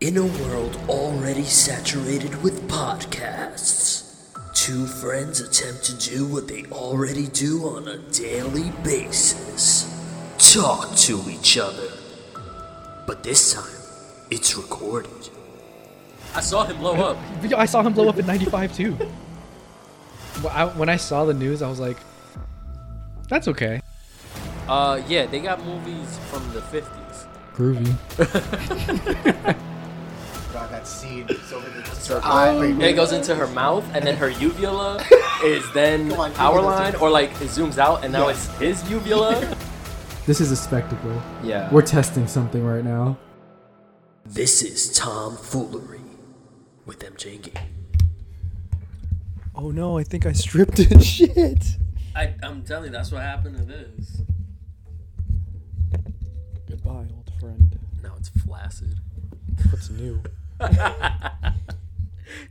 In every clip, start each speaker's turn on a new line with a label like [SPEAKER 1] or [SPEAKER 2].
[SPEAKER 1] In a world already saturated with podcasts, two friends attempt to do what they already do on a daily basis talk to each other. But this time, it's recorded. I saw him blow up.
[SPEAKER 2] But I saw him blow up in 95 too. Wh- I- When I saw the news, I was like, that's okay.
[SPEAKER 3] Uh, yeah, they got movies from the 50s.
[SPEAKER 2] Groovy.
[SPEAKER 4] God, that scene is over the surviving.
[SPEAKER 3] It goes into her mouth, and then her uvula is then
[SPEAKER 4] Come on, give
[SPEAKER 3] our
[SPEAKER 4] me those
[SPEAKER 3] line,
[SPEAKER 4] things.
[SPEAKER 3] or like it zooms out, and now
[SPEAKER 4] Yes.
[SPEAKER 3] it's his uvula.
[SPEAKER 5] This is a spectacle.
[SPEAKER 3] yeah.
[SPEAKER 5] We're testing something right now.
[SPEAKER 1] This is Tom Foolery with MJ and Gabe.
[SPEAKER 5] Oh no, I think I stripped it. Shit.
[SPEAKER 3] I, I'm telling you, that's what happened to this.
[SPEAKER 6] Goodbye, old friend.
[SPEAKER 3] Now it's flaccid.
[SPEAKER 6] What's new?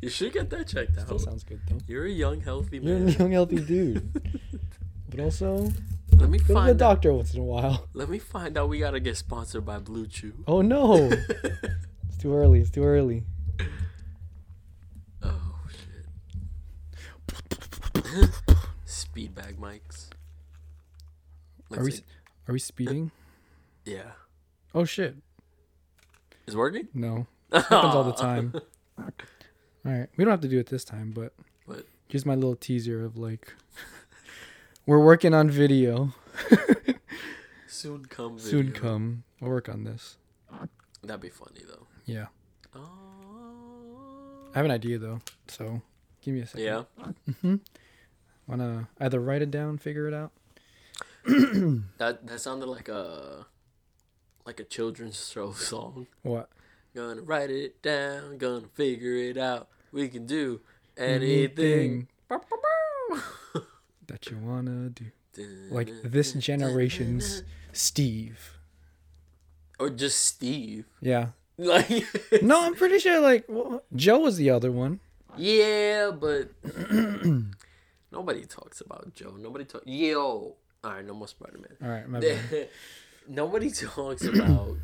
[SPEAKER 3] You should get that checked out.
[SPEAKER 6] Still sounds good though.
[SPEAKER 3] You're a young, healthy
[SPEAKER 6] You're a
[SPEAKER 3] man.
[SPEAKER 6] young, healthy dude. But also,
[SPEAKER 3] Let me
[SPEAKER 6] go to the
[SPEAKER 3] find. Out,
[SPEAKER 6] doctor once in a while.
[SPEAKER 3] let me find out. We gotta get sponsored by Blue Chew.
[SPEAKER 6] Oh no! it's too early. It's too early.
[SPEAKER 3] Oh shit. Speed bag mics.
[SPEAKER 2] Are
[SPEAKER 3] Looks
[SPEAKER 2] we
[SPEAKER 3] like-
[SPEAKER 2] are we speeding?
[SPEAKER 3] yeah.
[SPEAKER 2] Oh shit.
[SPEAKER 3] Is it working?
[SPEAKER 2] No. It happens all the time. All right. We don't have to do it this time, but
[SPEAKER 3] What?
[SPEAKER 2] here's my little teaser of like we're working on video.
[SPEAKER 3] Soon come. Video.
[SPEAKER 2] Soon come. We'll work on this.
[SPEAKER 3] That'd be funny though.
[SPEAKER 2] Yeah.
[SPEAKER 3] Oh.
[SPEAKER 2] I have an idea though. So, give me a second.
[SPEAKER 3] Yeah.
[SPEAKER 2] Want to either write it down, figure it out?
[SPEAKER 3] That that sounded like a like a children's show song.
[SPEAKER 2] What?
[SPEAKER 3] Gonna write it down, gonna figure it out. We can do anything.
[SPEAKER 2] that you wanna do. Like this generation's Steve.
[SPEAKER 3] Or just Steve.
[SPEAKER 2] Yeah.
[SPEAKER 3] Like
[SPEAKER 2] No, I'm pretty sure like wha- Joe was the other one.
[SPEAKER 3] Yeah, but nobody talks about Joe. Nobody talk Yo. Alright, no more Spider Man.
[SPEAKER 2] All right, my bad.
[SPEAKER 3] nobody talks about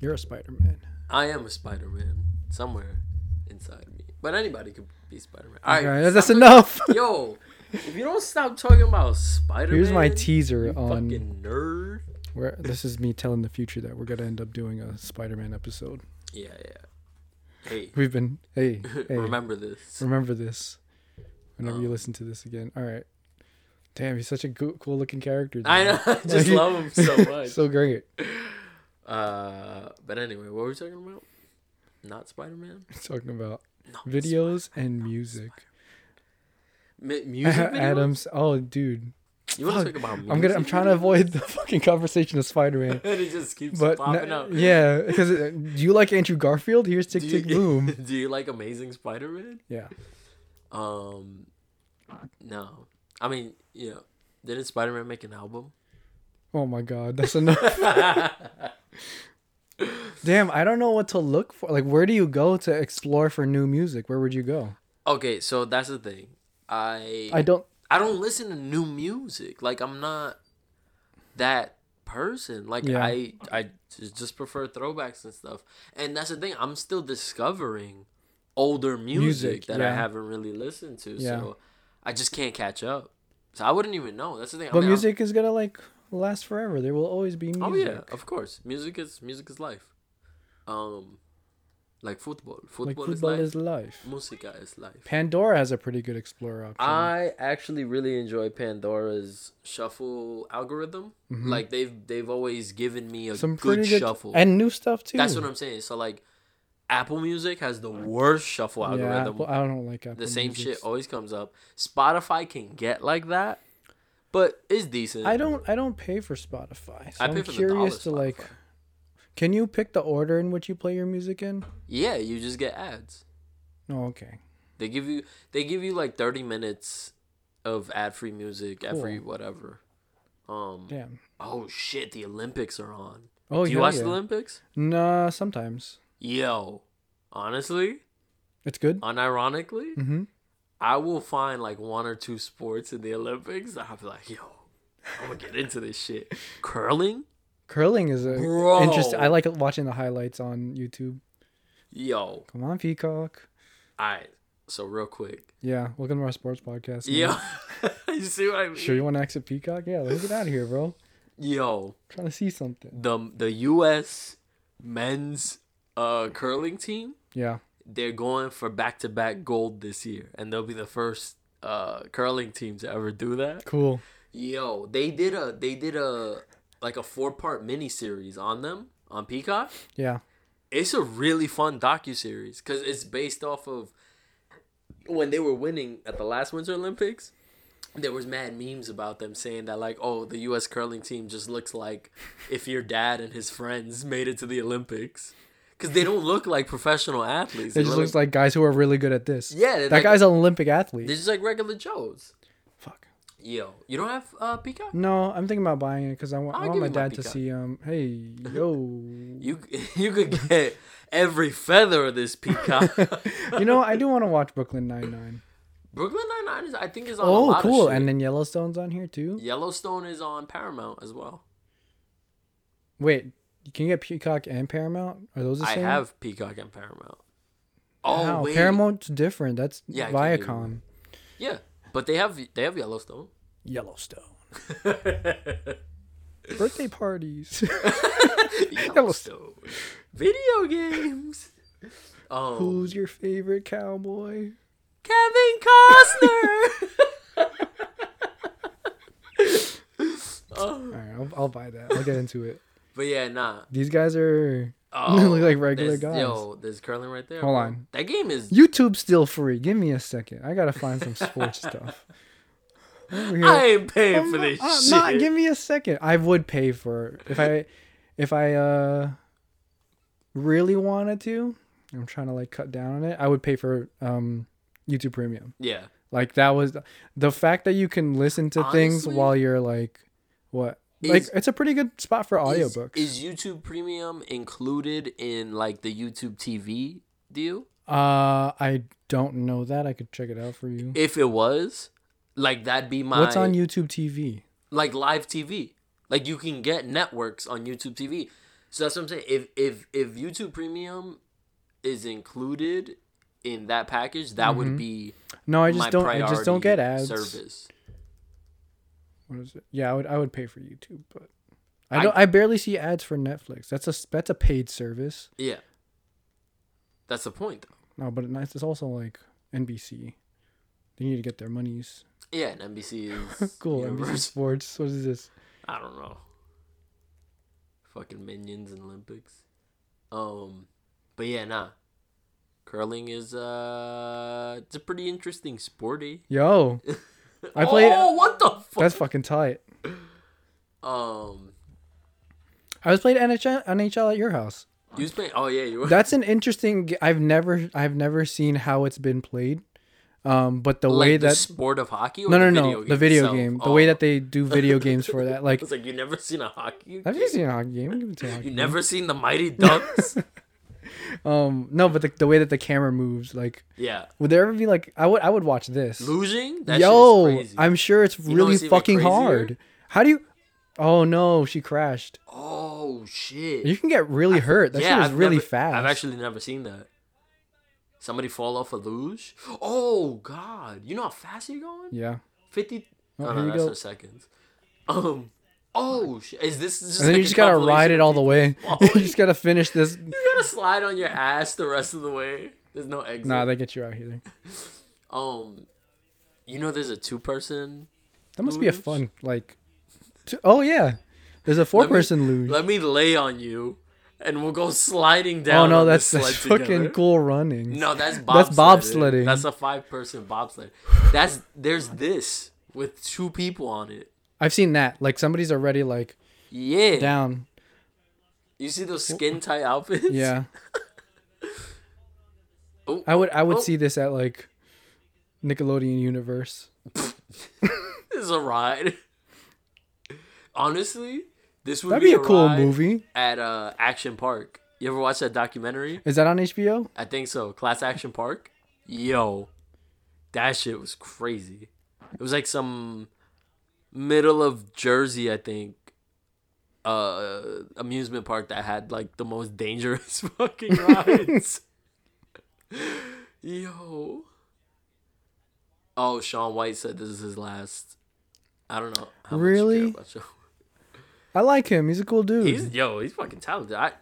[SPEAKER 2] You're a Spider-Man.
[SPEAKER 3] I am a Spider Man somewhere inside me. But anybody could be Spider Man. Alright,
[SPEAKER 2] All right, that's enough.
[SPEAKER 3] Yo, if you don't stop talking about Spider Man,
[SPEAKER 2] Here's my teaser on
[SPEAKER 3] Fucking nerd.
[SPEAKER 2] where this is me telling the future that we're gonna end up doing a Spider-Man episode.
[SPEAKER 3] Yeah, yeah. Hey,
[SPEAKER 2] We've been hey hey remember,
[SPEAKER 3] remember
[SPEAKER 2] this
[SPEAKER 3] this.
[SPEAKER 2] whenever
[SPEAKER 3] Oh.
[SPEAKER 2] you listen to this again. All right, damn, he's such a go- cool looking character. dude.
[SPEAKER 3] I know. I
[SPEAKER 2] Like-
[SPEAKER 3] just love him so much.
[SPEAKER 2] so great.
[SPEAKER 3] uh, but anyway, what were we talking about? Not Spider Man.
[SPEAKER 2] Talking about
[SPEAKER 3] Not
[SPEAKER 2] videos and music.
[SPEAKER 3] Sp- mu- music videos.
[SPEAKER 2] Adams. Oh, dude.
[SPEAKER 3] you want to
[SPEAKER 2] fuck.
[SPEAKER 3] talk about? Music
[SPEAKER 2] I'm gonna. I'm trying to avoid the fucking conversation of Spider-Man.
[SPEAKER 3] videos? it just keeps
[SPEAKER 2] But
[SPEAKER 3] popping
[SPEAKER 2] no-
[SPEAKER 3] up.
[SPEAKER 2] yeah, because do you like Andrew Garfield? Here's Tick
[SPEAKER 3] Do
[SPEAKER 2] Tick
[SPEAKER 3] you-
[SPEAKER 2] Boom.
[SPEAKER 3] Do you like Amazing Spider Man?
[SPEAKER 2] Yeah,
[SPEAKER 3] Um, no. I mean, you know, didn't Spider Man make an album?
[SPEAKER 2] Oh my god, that's enough. Damn, I don't know what to look for. Like, where do you go to explore for new music? Where would you go?
[SPEAKER 3] Okay, so that's the thing. I
[SPEAKER 2] I don't.
[SPEAKER 3] I don't listen to new music. Like I'm not that person. Like
[SPEAKER 2] Yeah.
[SPEAKER 3] I I ju- just prefer throwbacks and stuff. And that's the thing. I'm still discovering older music,
[SPEAKER 2] Music,
[SPEAKER 3] that I
[SPEAKER 2] yeah.
[SPEAKER 3] haven't really listened to.
[SPEAKER 2] Yeah.
[SPEAKER 3] So I just can't catch up. So I wouldn't even know. That's the thing. I
[SPEAKER 2] But
[SPEAKER 3] mean, I'm-
[SPEAKER 2] music is gonna like last forever. There will always be music.
[SPEAKER 3] Oh yeah, of course. Music is music is life. Um, like football.
[SPEAKER 2] like
[SPEAKER 3] Football,
[SPEAKER 2] football
[SPEAKER 3] is
[SPEAKER 2] is
[SPEAKER 3] life.
[SPEAKER 2] life.
[SPEAKER 3] Musica is life.
[SPEAKER 2] Pandora has a pretty good explorer option.
[SPEAKER 3] I actually really enjoy Pandora's shuffle algorithm. Like they've they've always given me a
[SPEAKER 2] Mm-hmm. Some
[SPEAKER 3] good
[SPEAKER 2] pretty good
[SPEAKER 3] shuffle.
[SPEAKER 2] and new stuff too.
[SPEAKER 3] that's what I'm saying. So like Apple Music has the worst shuffle
[SPEAKER 2] Yeah,
[SPEAKER 3] algorithm.
[SPEAKER 2] Apple, I don't like Apple.
[SPEAKER 3] the same
[SPEAKER 2] Music's-
[SPEAKER 3] shit always comes up. Spotify can get like that, but it's decent.
[SPEAKER 2] I don't. I don't pay for Spotify. So
[SPEAKER 3] I
[SPEAKER 2] I
[SPEAKER 3] pay
[SPEAKER 2] am
[SPEAKER 3] for the
[SPEAKER 2] curious to
[SPEAKER 3] dollar
[SPEAKER 2] like.
[SPEAKER 3] Spotify.
[SPEAKER 2] Can you pick the order in which you play your music in?
[SPEAKER 3] Yeah, you just get ads.
[SPEAKER 2] Oh, okay.
[SPEAKER 3] They give you they give you like 30 minutes of ad-free music, ad-free whatever. Um
[SPEAKER 2] Damn.
[SPEAKER 3] oh shit, the Olympics are on.
[SPEAKER 2] Oh,
[SPEAKER 3] Do you
[SPEAKER 2] hell
[SPEAKER 3] watch
[SPEAKER 2] yeah.
[SPEAKER 3] the Olympics?
[SPEAKER 2] Nah, sometimes
[SPEAKER 3] Yo, honestly,
[SPEAKER 2] it's good.
[SPEAKER 3] unironically,
[SPEAKER 2] Mhm.
[SPEAKER 3] I will find like one or two sports in the Olympics. that I'll be like, yo, I'm gonna get into this shit. Curling?
[SPEAKER 2] Curling is a
[SPEAKER 3] Bro.
[SPEAKER 2] interesting. I like watching the highlights on YouTube.
[SPEAKER 3] Yo,
[SPEAKER 2] Come on, Peacock.
[SPEAKER 3] alright. So real quick.
[SPEAKER 2] Yeah, welcome to our sports podcast. man.
[SPEAKER 3] Yo, you see what I mean?
[SPEAKER 2] Sure, you want to exit Peacock? Yeah, let's get out of here, bro.
[SPEAKER 3] Yo,
[SPEAKER 2] trying to see something.
[SPEAKER 3] the the U.S. men's uh curling team
[SPEAKER 2] Yeah.
[SPEAKER 3] they're going for back to back gold this year, and they'll be the first uh curling team to ever do that.
[SPEAKER 2] Cool.
[SPEAKER 3] Yo, they did a they did a like a four part mini series on them on Peacock.
[SPEAKER 2] Yeah.
[SPEAKER 3] It's a really fun docu series because it's based off of when they were winning at the last Winter Olympics. There was mad memes about them saying that like, oh, the U.S. curling team just looks like if your dad and his friends made it to the Olympics. Because they don't look like professional athletes.
[SPEAKER 2] It
[SPEAKER 3] They
[SPEAKER 2] just
[SPEAKER 3] look
[SPEAKER 2] looks like guys who are really good at this.
[SPEAKER 3] Yeah,
[SPEAKER 2] That
[SPEAKER 3] like-
[SPEAKER 2] guy's an Olympic athlete.
[SPEAKER 3] They're just like regular Joes.
[SPEAKER 2] Fuck.
[SPEAKER 3] Yo, you don't have uh, Peacock?
[SPEAKER 2] No, I'm thinking about buying it because I want, I
[SPEAKER 3] I'll
[SPEAKER 2] want
[SPEAKER 3] give
[SPEAKER 2] my
[SPEAKER 3] you my
[SPEAKER 2] dad to
[SPEAKER 3] Peacock.
[SPEAKER 2] see. Um, hey, yo.
[SPEAKER 3] You you could get every feather of this Peacock.
[SPEAKER 2] you know, I do want to watch Brooklyn Nine Nine.
[SPEAKER 3] Brooklyn Nine Nine is I think is on. a
[SPEAKER 2] Oh,
[SPEAKER 3] lot
[SPEAKER 2] cool.
[SPEAKER 3] Of shit.
[SPEAKER 2] And then Yellowstone's on here too.
[SPEAKER 3] Yellowstone is on Paramount as well.
[SPEAKER 2] Wait, can you get Peacock and Paramount? Are those the
[SPEAKER 3] I
[SPEAKER 2] same?
[SPEAKER 3] have Peacock and Paramount. Oh
[SPEAKER 2] Wow,
[SPEAKER 3] wait,
[SPEAKER 2] Paramount's different. That's
[SPEAKER 3] Yeah, I can't do
[SPEAKER 2] Viacom.
[SPEAKER 3] yeah, but they have they have Yellowstone.
[SPEAKER 2] Yellowstone. Birthday parties.
[SPEAKER 3] Yellowstone. Video games. Um,
[SPEAKER 2] Who's your favorite cowboy?
[SPEAKER 3] Kevin Costner.
[SPEAKER 2] All right, I'll, I'll buy that. I'll get into it.
[SPEAKER 3] but yeah, nah.
[SPEAKER 2] These guys are
[SPEAKER 3] Oh,
[SPEAKER 2] They look like regular
[SPEAKER 3] there's-
[SPEAKER 2] guys.
[SPEAKER 3] Yo, there's curling right there.
[SPEAKER 2] Hold
[SPEAKER 3] bro.
[SPEAKER 2] on.
[SPEAKER 3] That game is
[SPEAKER 2] YouTube's still free. Give me a second. I gotta find some sports stuff. Over here.
[SPEAKER 3] I ain't paying for
[SPEAKER 2] I'm
[SPEAKER 3] this
[SPEAKER 2] not-
[SPEAKER 3] shit.
[SPEAKER 2] not- give me a second. I would pay for it if I if I uh really wanted to. I'm trying to like cut down on it. I would pay for um YouTube Premium.
[SPEAKER 3] yeah.
[SPEAKER 2] Like that was the fact that you can listen to things
[SPEAKER 3] Honestly,
[SPEAKER 2] while you're like what? Like
[SPEAKER 3] is-
[SPEAKER 2] it's a pretty good spot for
[SPEAKER 3] Is,
[SPEAKER 2] audiobooks.
[SPEAKER 3] is YouTube Premium included in like the YouTube TV deal?
[SPEAKER 2] uh I don't know that. I could check it out for you.
[SPEAKER 3] If it was, like that'd be my
[SPEAKER 2] What's on YouTube TV?
[SPEAKER 3] like live TV. Like you can get networks on YouTube TV. So that's what I'm saying. If if if YouTube Premium is included in that package, that would be
[SPEAKER 2] No, Mm-hmm. I
[SPEAKER 3] my
[SPEAKER 2] just don't I just don't get
[SPEAKER 3] priority
[SPEAKER 2] ads.
[SPEAKER 3] service.
[SPEAKER 2] what is it? Yeah, I would I would pay for YouTube, but I don't I, barely see ads for Netflix. That's a that's a paid service.
[SPEAKER 3] Yeah. That's the point though.
[SPEAKER 2] No, but it's it's also like NBC. They need to get their monies.
[SPEAKER 3] Yeah, and NBC is
[SPEAKER 2] Cool, NBC
[SPEAKER 3] universal.
[SPEAKER 2] Sports. What is this?
[SPEAKER 3] I don't know. Fucking minions and Olympics. Um, but yeah, nah. Curling is uh, it's a pretty interesting sporty.
[SPEAKER 2] Yo. I played
[SPEAKER 3] Oh, what the fuck?
[SPEAKER 2] That's fucking tight.
[SPEAKER 3] Um,
[SPEAKER 2] I was playing NHL NHL at your house.
[SPEAKER 3] you was playing? Oh yeah, you were.
[SPEAKER 2] That's an interesting g- I've never I've never seen how it's been played. Um but the
[SPEAKER 3] like
[SPEAKER 2] way
[SPEAKER 3] the
[SPEAKER 2] that
[SPEAKER 3] sport of hockey. Or
[SPEAKER 2] No, no,
[SPEAKER 3] the
[SPEAKER 2] no.
[SPEAKER 3] video
[SPEAKER 2] the video
[SPEAKER 3] itself?
[SPEAKER 2] game. The
[SPEAKER 3] Oh.
[SPEAKER 2] way that they do video games for that like
[SPEAKER 3] it's like you never seen a hockey.
[SPEAKER 2] I've seen a hockey game. Give it to a hockey
[SPEAKER 3] You
[SPEAKER 2] game.
[SPEAKER 3] never seen the Mighty Ducks?
[SPEAKER 2] Um, no, but the, the way that the camera moves, like,
[SPEAKER 3] yeah,
[SPEAKER 2] would there ever be like, I would I would watch this.
[SPEAKER 3] losing. That
[SPEAKER 2] Yo,
[SPEAKER 3] shit is crazy.
[SPEAKER 2] I'm sure it's
[SPEAKER 3] know
[SPEAKER 2] really
[SPEAKER 3] what's even
[SPEAKER 2] fucking
[SPEAKER 3] crazier?
[SPEAKER 2] hard. How do you? Oh no, she crashed.
[SPEAKER 3] Oh shit.
[SPEAKER 2] You can get really hurt. That shit is really
[SPEAKER 3] never-
[SPEAKER 2] fast.
[SPEAKER 3] I've actually never seen that. Somebody fall off a luge? Oh god! You know how fast you're going?
[SPEAKER 2] yeah.
[SPEAKER 3] Fifty?
[SPEAKER 2] Oh,
[SPEAKER 3] no,
[SPEAKER 2] here
[SPEAKER 3] no,
[SPEAKER 2] you
[SPEAKER 3] that's
[SPEAKER 2] go.
[SPEAKER 3] no seconds. Um. Oh shit! Is this? Just
[SPEAKER 2] And then
[SPEAKER 3] like
[SPEAKER 2] you
[SPEAKER 3] a
[SPEAKER 2] just gotta ride
[SPEAKER 3] compilation
[SPEAKER 2] it
[SPEAKER 3] of
[SPEAKER 2] all the way. you
[SPEAKER 3] falling?
[SPEAKER 2] just gotta finish this.
[SPEAKER 3] people? You gotta slide on your ass the rest of the way. There's no exit.
[SPEAKER 2] Nah, they get you out here.
[SPEAKER 3] um. You know, there's a two-person.
[SPEAKER 2] That must be a
[SPEAKER 3] Luge?
[SPEAKER 2] fun like. t- oh yeah, there's a four person luge.
[SPEAKER 3] Let me lay on you, and we'll go sliding
[SPEAKER 2] oh
[SPEAKER 3] down.
[SPEAKER 2] no,
[SPEAKER 3] on
[SPEAKER 2] that's,
[SPEAKER 3] the
[SPEAKER 2] that's
[SPEAKER 3] sled
[SPEAKER 2] fucking
[SPEAKER 3] together.
[SPEAKER 2] cool running.
[SPEAKER 3] No, that's
[SPEAKER 2] That's
[SPEAKER 3] bobsledding.
[SPEAKER 2] bobsledding.
[SPEAKER 3] That's a five person bobsled. That's there's this with two people on it.
[SPEAKER 2] I've seen that. Like somebody's already like
[SPEAKER 3] Yeah.
[SPEAKER 2] down.
[SPEAKER 3] You see those skin tight outfits?
[SPEAKER 2] Yeah.
[SPEAKER 3] Oh.
[SPEAKER 2] I would I would
[SPEAKER 3] Oh.
[SPEAKER 2] see this at like Nickelodeon universe.
[SPEAKER 3] This is a ride. Honestly, this would
[SPEAKER 2] That'd
[SPEAKER 3] be,
[SPEAKER 2] be a cool
[SPEAKER 3] ride
[SPEAKER 2] movie.
[SPEAKER 3] at uh Action Park. You ever watch that documentary?
[SPEAKER 2] Is that on HBO?
[SPEAKER 3] I think so. Class Action Park. Yo, that shit was crazy. It was like some middle of Jersey, I think, uh, amusement park that had like the most dangerous fucking rides. Yo. Oh, Sean White said this is his last. I don't know. How much you care
[SPEAKER 2] Really?
[SPEAKER 3] about Shaun.
[SPEAKER 2] I like him. He's a cool dude.
[SPEAKER 3] He's yo. He's fucking talented. I,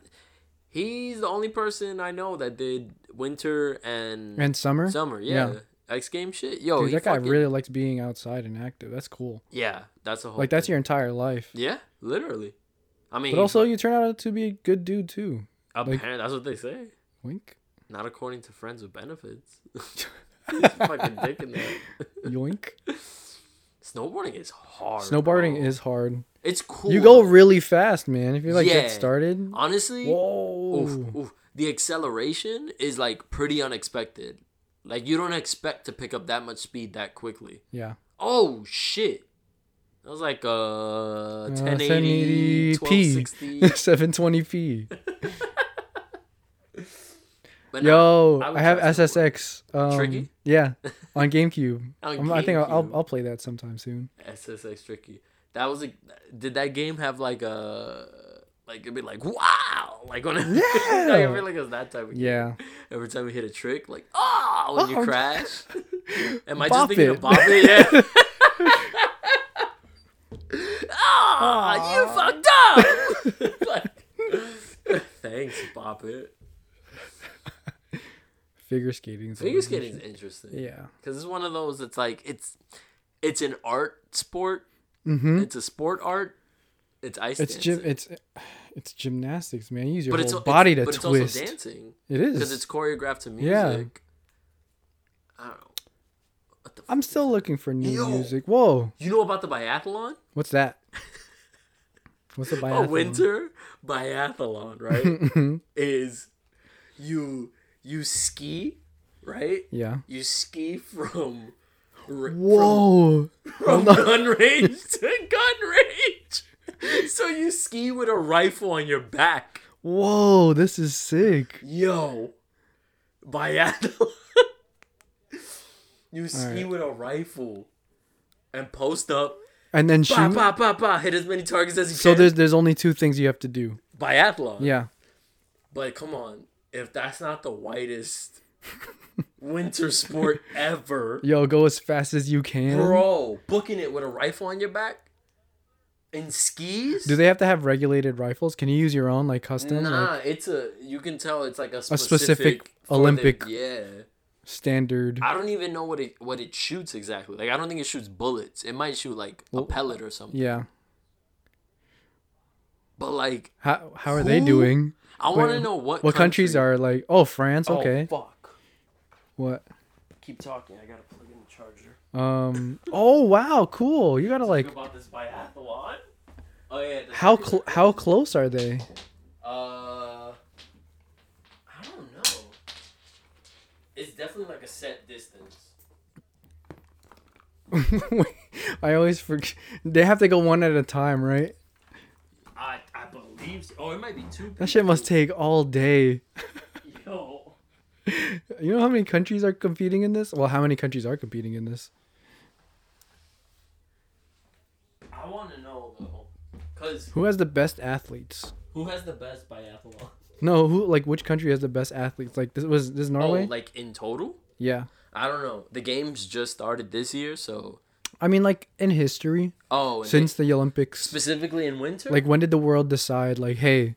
[SPEAKER 3] he's the only person I know that did winter and
[SPEAKER 2] and Summer.
[SPEAKER 3] summer. Yeah.
[SPEAKER 2] Yeah.
[SPEAKER 3] X game shit. Yo,
[SPEAKER 2] Dude,
[SPEAKER 3] he
[SPEAKER 2] that guy
[SPEAKER 3] fucking-
[SPEAKER 2] really likes being outside and active. That's cool.
[SPEAKER 3] Yeah, that's a whole.
[SPEAKER 2] Like that's
[SPEAKER 3] thing.
[SPEAKER 2] your entire life.
[SPEAKER 3] Oh, Yeah, literally. I mean,
[SPEAKER 2] But also, you turn out to be a good dude too.
[SPEAKER 3] apparently that's what they say.
[SPEAKER 2] Wink,
[SPEAKER 3] Not according to friends with benefits. He's fucking dick in there.
[SPEAKER 2] yoink.
[SPEAKER 3] Snowboarding is hard.
[SPEAKER 2] Snowboarding
[SPEAKER 3] bro.
[SPEAKER 2] is hard.
[SPEAKER 3] It's cool.
[SPEAKER 2] You go really fast, man. If you like
[SPEAKER 3] Yeah.
[SPEAKER 2] get started.
[SPEAKER 3] honestly.
[SPEAKER 2] Whoa.
[SPEAKER 3] oof, oof. The acceleration is like pretty unexpected. Like you don't expect to pick up that much speed that quickly.
[SPEAKER 2] Yeah.
[SPEAKER 3] Oh shit. That was like uh 1080,
[SPEAKER 2] 1080p.
[SPEAKER 3] 1260.
[SPEAKER 2] 720p.
[SPEAKER 3] But no,
[SPEAKER 2] Yo,
[SPEAKER 3] I
[SPEAKER 2] I,
[SPEAKER 3] would
[SPEAKER 2] have
[SPEAKER 3] try snowboarding.
[SPEAKER 2] SSX. Um,
[SPEAKER 3] Tricky?
[SPEAKER 2] Yeah, on GameCube.
[SPEAKER 3] On
[SPEAKER 2] I'm- I think I'll, I'll
[SPEAKER 3] GameCube.
[SPEAKER 2] I'll play that sometime soon.
[SPEAKER 3] SSX tricky. That was a. Did that game have like a like it'd be like wow like when yeah like, I feel like it was that type of game.
[SPEAKER 2] Yeah.
[SPEAKER 3] Every time you hit a trick, like oh when you crash. Am I just
[SPEAKER 2] Bop
[SPEAKER 3] thinking
[SPEAKER 2] it.
[SPEAKER 3] of bop it? Yeah. oh, you Ah, fucked up. like, thanks, bop it.
[SPEAKER 2] Figure skating. is
[SPEAKER 3] Figure
[SPEAKER 2] always-
[SPEAKER 3] skating is interesting.
[SPEAKER 2] Yeah.
[SPEAKER 3] because it's one of those that's like it's it's an art sport. It's a sport art. It's ice
[SPEAKER 2] Mm-hmm. It's
[SPEAKER 3] dancing.
[SPEAKER 2] gym. It's it's gymnastics, man. You use your
[SPEAKER 3] but
[SPEAKER 2] whole
[SPEAKER 3] it's al-
[SPEAKER 2] body
[SPEAKER 3] it's,
[SPEAKER 2] to
[SPEAKER 3] but
[SPEAKER 2] twist.
[SPEAKER 3] It's also dancing
[SPEAKER 2] it
[SPEAKER 3] because
[SPEAKER 2] is.
[SPEAKER 3] it's choreographed to music.
[SPEAKER 2] Yeah.
[SPEAKER 3] I don't know. What the f-
[SPEAKER 2] I'm still looking for new
[SPEAKER 3] Yo.
[SPEAKER 2] music. Whoa,
[SPEAKER 3] you know about the biathlon?
[SPEAKER 2] what's that? What's a biathlon? Mm-hmm.
[SPEAKER 3] A winter biathlon, right? is you you ski, right?
[SPEAKER 2] Yeah.
[SPEAKER 3] You ski from r-
[SPEAKER 2] Whoa.
[SPEAKER 3] from gun range to gun range. So you ski with a rifle on your back.
[SPEAKER 2] Whoa. This is sick.
[SPEAKER 3] Yo, biathlon. you ski with a rifle and post up.
[SPEAKER 2] And then
[SPEAKER 3] Bah,
[SPEAKER 2] shoot.
[SPEAKER 3] bah, bah, bah, hit as many targets as you
[SPEAKER 2] So
[SPEAKER 3] can.
[SPEAKER 2] there's there's only two things you have to do.
[SPEAKER 3] biathlon.
[SPEAKER 2] Yeah.
[SPEAKER 3] But come on, if that's not the whitest winter sport ever,
[SPEAKER 2] Yo, go as fast as you can.
[SPEAKER 3] bro, booking it with a rifle on your back and skis.
[SPEAKER 2] Do they have to have regulated rifles? Can you use your own like custom
[SPEAKER 3] Nah,
[SPEAKER 2] like
[SPEAKER 3] it's a. You can tell it's like a
[SPEAKER 2] specific
[SPEAKER 3] specific, for the-
[SPEAKER 2] Olympic-
[SPEAKER 3] yeah,
[SPEAKER 2] standard?
[SPEAKER 3] I don't even know what it what it shoots exactly. Like I don't think it shoots bullets. It might shoot like a pellet or something.
[SPEAKER 2] Yeah.
[SPEAKER 3] But like
[SPEAKER 2] How how are they
[SPEAKER 3] Who-
[SPEAKER 2] doing?
[SPEAKER 3] I want to know what
[SPEAKER 2] What countries
[SPEAKER 3] country-
[SPEAKER 2] are like? Oh, France.
[SPEAKER 3] Oh,
[SPEAKER 2] Okay.
[SPEAKER 3] fuck.
[SPEAKER 2] What?
[SPEAKER 3] Keep talking. I gotta plug in the charger.
[SPEAKER 2] Um. Oh wow, cool. You gotta like.
[SPEAKER 3] about this biathlon. Oh yeah. the-
[SPEAKER 2] How cl- how close are they?
[SPEAKER 3] Uh, I don't know. It's definitely like a set distance.
[SPEAKER 2] I always forget. They have to go one at a time, right?
[SPEAKER 3] I I believe. So. Oh, it might be two.
[SPEAKER 2] That shit must take all day.
[SPEAKER 3] Yo.
[SPEAKER 2] You know how many countries are competing in this? Well, how many countries are competing in this?
[SPEAKER 3] I want to know though, cause
[SPEAKER 2] Who has the best athletes?
[SPEAKER 3] who has the best biathlon?
[SPEAKER 2] No, who like which country has the best athletes? Like this was this Norway?
[SPEAKER 3] Oh, like in total?
[SPEAKER 2] yeah.
[SPEAKER 3] I don't know. The games just started this year, so
[SPEAKER 2] I mean, like in history,
[SPEAKER 3] oh, and
[SPEAKER 2] since
[SPEAKER 3] it-
[SPEAKER 2] the Olympics,
[SPEAKER 3] specifically in winter,
[SPEAKER 2] like when did the world decide, like, hey,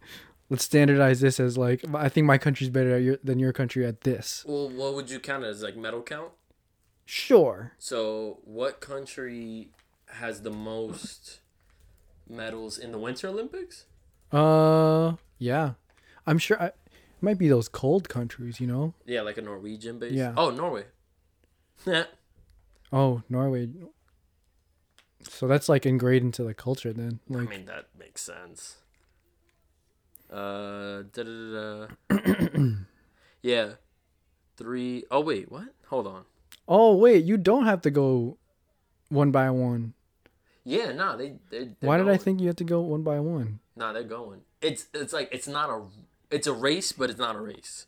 [SPEAKER 2] let's standardize this as like, I think my country's better at your, than your country at this.
[SPEAKER 3] well, what would you count as like medal count?
[SPEAKER 2] Sure.
[SPEAKER 3] So, what country has the most medals in the Winter Olympics?
[SPEAKER 2] Uh, yeah, I'm sure. I, it might be those cold countries, you know.
[SPEAKER 3] Yeah, like a Norwegian base.
[SPEAKER 2] Yeah.
[SPEAKER 3] Oh, Norway. Yeah.
[SPEAKER 2] Oh, Norway. So that's like ingrained into the culture then.
[SPEAKER 3] I
[SPEAKER 2] Like,
[SPEAKER 3] mean that makes sense. Uh, da da da. Yeah, three oh wait, what? Hold on.
[SPEAKER 2] oh wait, you don't have to go one by one.
[SPEAKER 3] Yeah, nah, they. they they're
[SPEAKER 2] Why did I
[SPEAKER 3] going.
[SPEAKER 2] think you had to go one by one?
[SPEAKER 3] Nah, they're going. It's it's like it's not a it's a race, but it's not a race.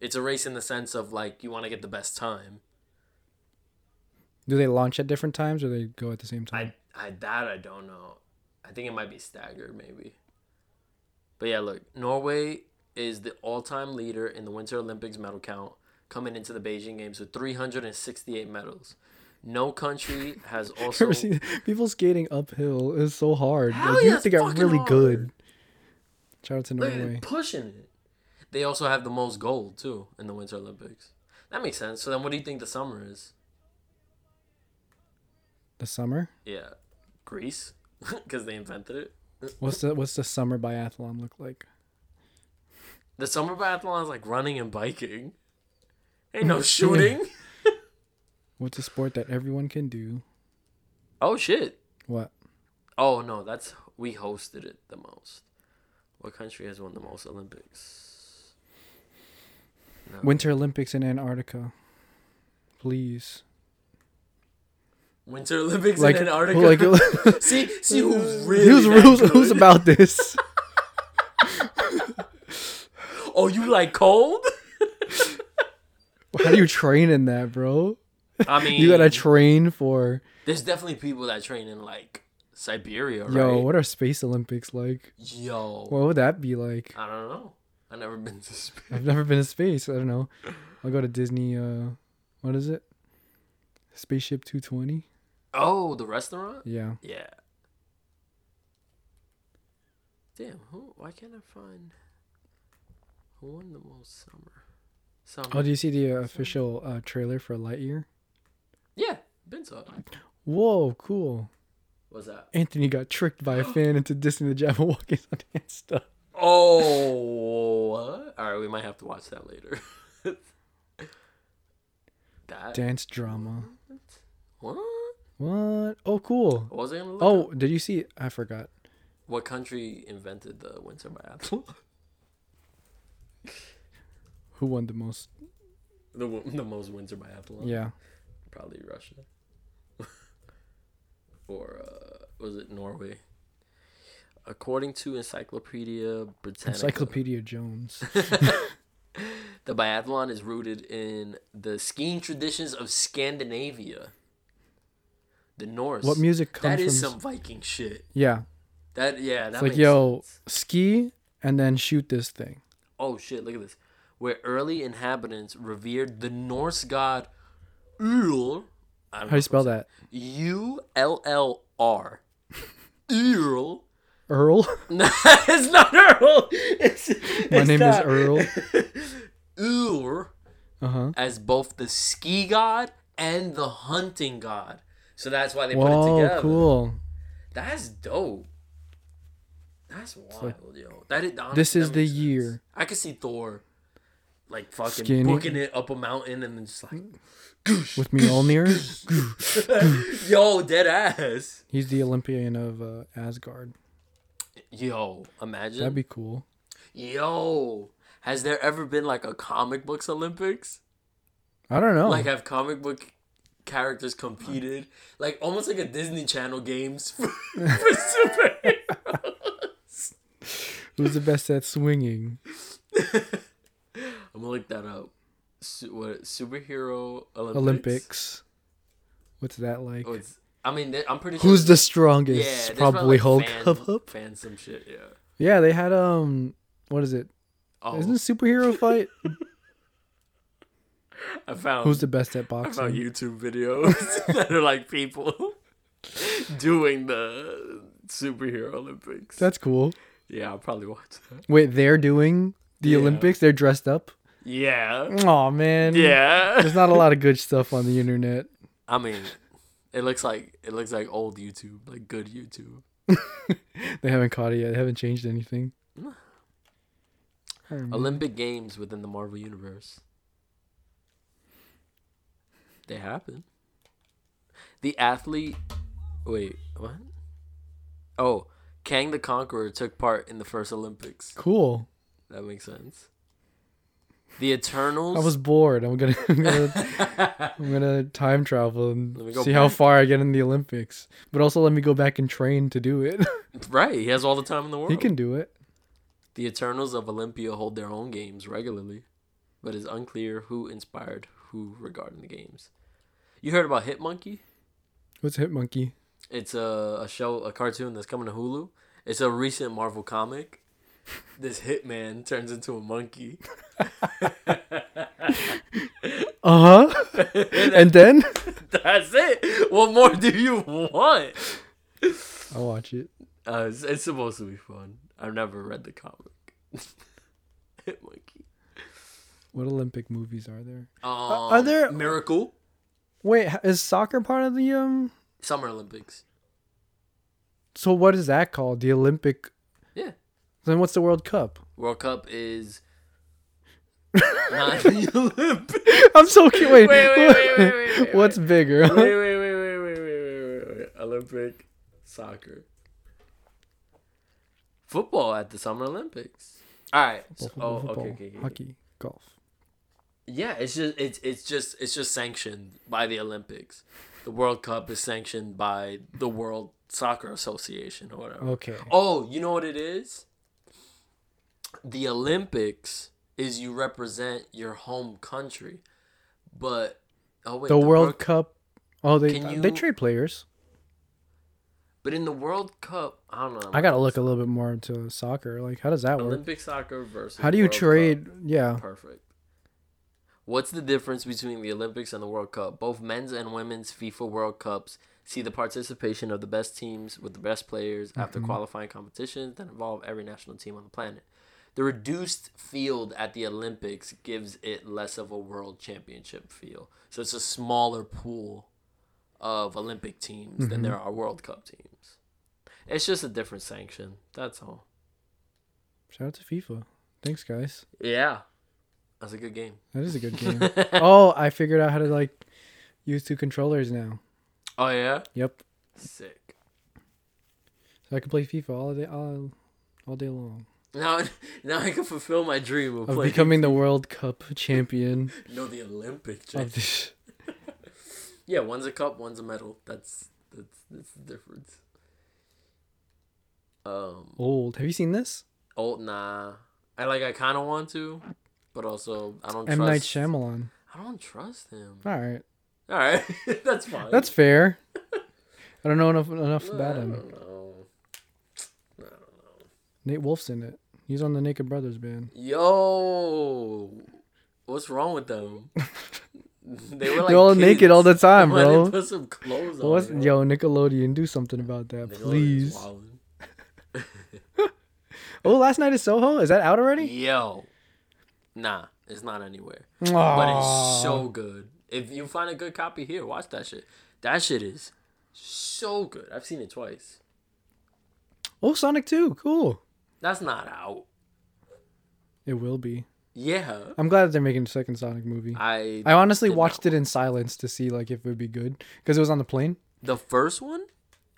[SPEAKER 3] It's a race in the sense of like you want to get the best time.
[SPEAKER 2] Do they launch at different times or they go at the same time?
[SPEAKER 3] I I that I don't know. I think it might be staggered maybe. But yeah, look, Norway is the all-time leader in the Winter Olympics medal count coming into the Beijing Games with 368 medals. No country has also.
[SPEAKER 2] Ever seen- people skating uphill is so hard.
[SPEAKER 3] Hell
[SPEAKER 2] Like,
[SPEAKER 3] yeah,
[SPEAKER 2] you have to
[SPEAKER 3] it's
[SPEAKER 2] get
[SPEAKER 3] fucking
[SPEAKER 2] really
[SPEAKER 3] hard.
[SPEAKER 2] good. Shout out to
[SPEAKER 3] They're
[SPEAKER 2] Norway.
[SPEAKER 3] pushing it. They also have the most gold too in the Winter Olympics. That makes sense. So then, what do you think the summer is?
[SPEAKER 2] The summer.
[SPEAKER 3] Yeah, Greece, because they invented it.
[SPEAKER 2] What's the What's the summer biathlon look like?
[SPEAKER 3] The summer biathlon is like running and biking. Ain't no shooting.
[SPEAKER 2] What's a sport that everyone can do?
[SPEAKER 3] oh shit.
[SPEAKER 2] What?
[SPEAKER 3] Oh no, that's we hosted it the most. What country has won the most Olympics?
[SPEAKER 2] Winter Olympics in Antarctica. Please.
[SPEAKER 3] Winter Olympics
[SPEAKER 2] Like-
[SPEAKER 3] in Antarctica.
[SPEAKER 2] like-
[SPEAKER 3] see, see who's really
[SPEAKER 2] Who's
[SPEAKER 3] that
[SPEAKER 2] who's,
[SPEAKER 3] good.
[SPEAKER 2] who's about this?
[SPEAKER 3] Oh, you like cold?
[SPEAKER 2] How do you train in that, bro?
[SPEAKER 3] I mean,
[SPEAKER 2] You gotta train for
[SPEAKER 3] there's definitely people that train in like Siberia, right?
[SPEAKER 2] yo. What are Space Olympics like?
[SPEAKER 3] Yo,
[SPEAKER 2] What would that be like?
[SPEAKER 3] I don't know. I never been to Spain.
[SPEAKER 2] I've never been to space. I don't know. I'll go to Disney. Uh, what is it? Spaceship 220.
[SPEAKER 3] Oh, the restaurant?
[SPEAKER 2] Yeah.
[SPEAKER 3] Yeah. Damn, who? Why can't I find who won the most summer? Summer.
[SPEAKER 2] Oh, do you see the uh, official uh, trailer for Lightyear?
[SPEAKER 3] yeah, been so.
[SPEAKER 2] Whoa, cool.
[SPEAKER 3] What's that?
[SPEAKER 2] Anthony got tricked by a fan into dissing the Jabberwockies on Insta.
[SPEAKER 3] Oh, what? all right. We might have to watch that later. that
[SPEAKER 2] Dance drama.
[SPEAKER 3] what?
[SPEAKER 2] What? Oh, cool.
[SPEAKER 3] What was I gonna look? up?
[SPEAKER 2] Oh, did you see? I forgot.
[SPEAKER 3] what country invented the winter biathlon?
[SPEAKER 2] Who won the most?
[SPEAKER 3] the wo- the most winter biathlon?
[SPEAKER 2] Yeah.
[SPEAKER 3] probably Russia. or uh, was it Norway? According to Encyclopedia Britannica,
[SPEAKER 2] Encyclopedia Jones.
[SPEAKER 3] the biathlon is rooted in the skiing traditions of Scandinavia. The Norse.
[SPEAKER 2] What music comes
[SPEAKER 3] That
[SPEAKER 2] from?
[SPEAKER 3] is some Viking shit.
[SPEAKER 2] Yeah.
[SPEAKER 3] That yeah, that
[SPEAKER 2] Like,
[SPEAKER 3] makes
[SPEAKER 2] yo,
[SPEAKER 3] sense.
[SPEAKER 2] ski and then shoot this thing.
[SPEAKER 3] Oh shit, look at this. Where early inhabitants revered the Norse god Ull.
[SPEAKER 2] How do you spell that?
[SPEAKER 3] U L L R. Ull.
[SPEAKER 2] Earl?
[SPEAKER 3] No, it's not Earl. It's,
[SPEAKER 2] My name is Earl.
[SPEAKER 3] Ur
[SPEAKER 2] Uh huh.
[SPEAKER 3] as both the ski god and the hunting god. So that's why they put it
[SPEAKER 2] Whoa,
[SPEAKER 3] together.
[SPEAKER 2] cool.
[SPEAKER 3] That's dope. That's wild, yo. That is, honestly,
[SPEAKER 2] This is
[SPEAKER 3] that
[SPEAKER 2] the
[SPEAKER 3] makes sense.
[SPEAKER 2] year.
[SPEAKER 3] I could see Thor, like fucking
[SPEAKER 2] Skinny.
[SPEAKER 3] booking it up a mountain and then just like,
[SPEAKER 2] With Mjolnir.
[SPEAKER 3] yo, dead ass.
[SPEAKER 2] He's the Olympian of uh, Asgard.
[SPEAKER 3] Yo, imagine.
[SPEAKER 2] That'd be cool.
[SPEAKER 3] Yo, has there ever been like a comic books Olympics?
[SPEAKER 2] I don't know.
[SPEAKER 3] like have comic book characters competed like almost like a disney channel games for, for super
[SPEAKER 2] Who's the best at swinging?
[SPEAKER 3] i'm gonna look that up Su- what, superhero olympics,
[SPEAKER 2] Olympics. What's that like?
[SPEAKER 3] Oh, it's- i mean they- i'm pretty
[SPEAKER 2] Who's
[SPEAKER 3] sure
[SPEAKER 2] the strongest?
[SPEAKER 3] yeah,
[SPEAKER 2] Probably Hulk.
[SPEAKER 3] Fan, fan some shit, yeah.
[SPEAKER 2] Yeah, they had um, what is it?
[SPEAKER 3] Oh,
[SPEAKER 2] Isn't it superhero fight?
[SPEAKER 3] I found
[SPEAKER 2] Who's the best at
[SPEAKER 3] I found
[SPEAKER 2] boxing?
[SPEAKER 3] YouTube videos that are like people doing the superhero Olympics.
[SPEAKER 2] That's cool.
[SPEAKER 3] yeah, I'll probably watch that.
[SPEAKER 2] Wait, they're doing the
[SPEAKER 3] Yeah.
[SPEAKER 2] Olympics. They're dressed up.
[SPEAKER 3] Yeah,
[SPEAKER 2] Oh man.
[SPEAKER 3] yeah.
[SPEAKER 2] There's not a lot of good stuff on the internet.
[SPEAKER 3] I mean, it looks like it looks like old YouTube, like good YouTube.
[SPEAKER 2] They haven't caught it yet. They haven't changed anything. Mm-hmm. Hmm.
[SPEAKER 3] Olympic games within the Marvel universe. They happen. The athlete wait, what? Oh, Kang the Conqueror took part in the first Olympics.
[SPEAKER 2] Cool.
[SPEAKER 3] That makes sense. The Eternals
[SPEAKER 2] I was bored. I'm gonna, I'm gonna, I'm gonna time travel and
[SPEAKER 3] Let me
[SPEAKER 2] see
[SPEAKER 3] go
[SPEAKER 2] how
[SPEAKER 3] back.
[SPEAKER 2] far I get in the Olympics. But also let me go back and train to do it.
[SPEAKER 3] right, he has all the time in the world.
[SPEAKER 2] he can do it.
[SPEAKER 3] The Eternals of Olympia hold their own games regularly, but it's unclear who inspired who regarding the games. You heard about Hit Monkey?
[SPEAKER 2] What's Hit Monkey?
[SPEAKER 3] It's a, a show, a cartoon that's coming to Hulu. It's a recent Marvel comic. This hitman turns into a monkey.
[SPEAKER 2] Uh huh. and then
[SPEAKER 3] That's it. What more do you want?
[SPEAKER 2] I'll watch it.
[SPEAKER 3] Uh, it's, it's supposed to be fun. I've never read the comic. Monkey.
[SPEAKER 2] What Olympic movies are there?
[SPEAKER 3] Um,
[SPEAKER 2] are there-
[SPEAKER 3] Miracle
[SPEAKER 2] Wait, h- is soccer part of the um?
[SPEAKER 3] Summer Olympics?
[SPEAKER 2] So what is that called? The Olympic?
[SPEAKER 3] Yeah.
[SPEAKER 2] Then what's the World Cup?
[SPEAKER 3] World Cup is not the Olympics.
[SPEAKER 2] I'm so cu- wait.
[SPEAKER 3] Wait, wait, wait, wait, wait, wait,
[SPEAKER 2] what's
[SPEAKER 3] Wait,
[SPEAKER 2] bigger?
[SPEAKER 3] wait, wait, wait, wait, wait, wait, wait, wait. Olympic soccer. Football at the Summer Olympics. All right. so-
[SPEAKER 2] Football,
[SPEAKER 3] oh,
[SPEAKER 2] football,
[SPEAKER 3] okay, okay, okay, okay.
[SPEAKER 2] Hockey, golf.
[SPEAKER 3] Yeah, it's just it's it's just it's just sanctioned by the Olympics. The World Cup is sanctioned by the World Soccer Association or whatever.
[SPEAKER 2] Okay.
[SPEAKER 3] Oh, you know what it is? The Olympics is you represent your home country, but oh wait,
[SPEAKER 2] the, World Cup. Oh, they
[SPEAKER 3] Can
[SPEAKER 2] they
[SPEAKER 3] you-
[SPEAKER 2] trade players.
[SPEAKER 3] But in the World Cup, I don't know.
[SPEAKER 2] I gotta look a little bit more into soccer. Like, how does that work?
[SPEAKER 3] Olympic soccer versus.
[SPEAKER 2] How do you
[SPEAKER 3] World Cup.
[SPEAKER 2] trade? Yeah.
[SPEAKER 3] Perfect. What's the difference between the Olympics and the World Cup? Both men's and women's FIFA World Cups see the participation of the best teams with the best players after qualifying competitions that involve every national team on the planet. The reduced field at the Olympics gives it less of a world championship feel. So it's a smaller pool of Olympic teams than there are World Cup teams. It's just a different sanction. That's all.
[SPEAKER 2] Shout out to FIFA. Thanks, guys.
[SPEAKER 3] Yeah. That's a good game.
[SPEAKER 2] That is a good game. oh, I figured out how to like use two controllers now.
[SPEAKER 3] Oh, yeah?
[SPEAKER 2] Yep.
[SPEAKER 3] Sick.
[SPEAKER 2] So I can play FIFA all day, all, all day long.
[SPEAKER 3] Now, now I can fulfill my dream of,
[SPEAKER 2] Of
[SPEAKER 3] playing.
[SPEAKER 2] becoming the World Cup champion.
[SPEAKER 3] no, the Olympic.
[SPEAKER 2] of
[SPEAKER 3] champ-
[SPEAKER 2] the-
[SPEAKER 3] Yeah, one's a cup, one's a medal. That's that's that's the difference. Um,
[SPEAKER 2] old. Have you seen this?
[SPEAKER 3] old nah. I like. I kind of want to, but also I don't.
[SPEAKER 2] M
[SPEAKER 3] trust,
[SPEAKER 2] Night Shyamalan.
[SPEAKER 3] I don't trust him.
[SPEAKER 2] All right,
[SPEAKER 3] All right, that's fine.
[SPEAKER 2] that's fair. I don't know enough enough
[SPEAKER 3] Uh,
[SPEAKER 2] about
[SPEAKER 3] I
[SPEAKER 2] him.
[SPEAKER 3] don't know.
[SPEAKER 2] Nate Wolf's in it. He's on the Naked Brothers band.
[SPEAKER 3] Yo, what's wrong with them? they were like
[SPEAKER 2] They're all naked all the
[SPEAKER 3] kids.
[SPEAKER 2] time,
[SPEAKER 3] Why
[SPEAKER 2] bro.
[SPEAKER 3] didn't Put some clothes on.
[SPEAKER 2] What's,
[SPEAKER 3] bro?
[SPEAKER 2] yo, Nickelodeon, do something about that,
[SPEAKER 3] Nickelodeon's
[SPEAKER 2] please.
[SPEAKER 3] wildin'.
[SPEAKER 2] Oh, Last Night is Soho? Is that out already?
[SPEAKER 3] Yo. Nah, it's not anywhere. But
[SPEAKER 2] Aw.
[SPEAKER 3] it's so good. If you find a good copy here, watch that shit. That shit is so good. I've seen it twice.
[SPEAKER 2] Oh, Sonic 2. Cool.
[SPEAKER 3] That's not out.
[SPEAKER 2] It will be.
[SPEAKER 3] Yeah.
[SPEAKER 2] I'm glad that they're making a second Sonic movie.
[SPEAKER 3] I
[SPEAKER 2] I honestly
[SPEAKER 3] did
[SPEAKER 2] watched
[SPEAKER 3] not-
[SPEAKER 2] it in silence to see like if it would be good because it was on the plane.
[SPEAKER 3] the first one?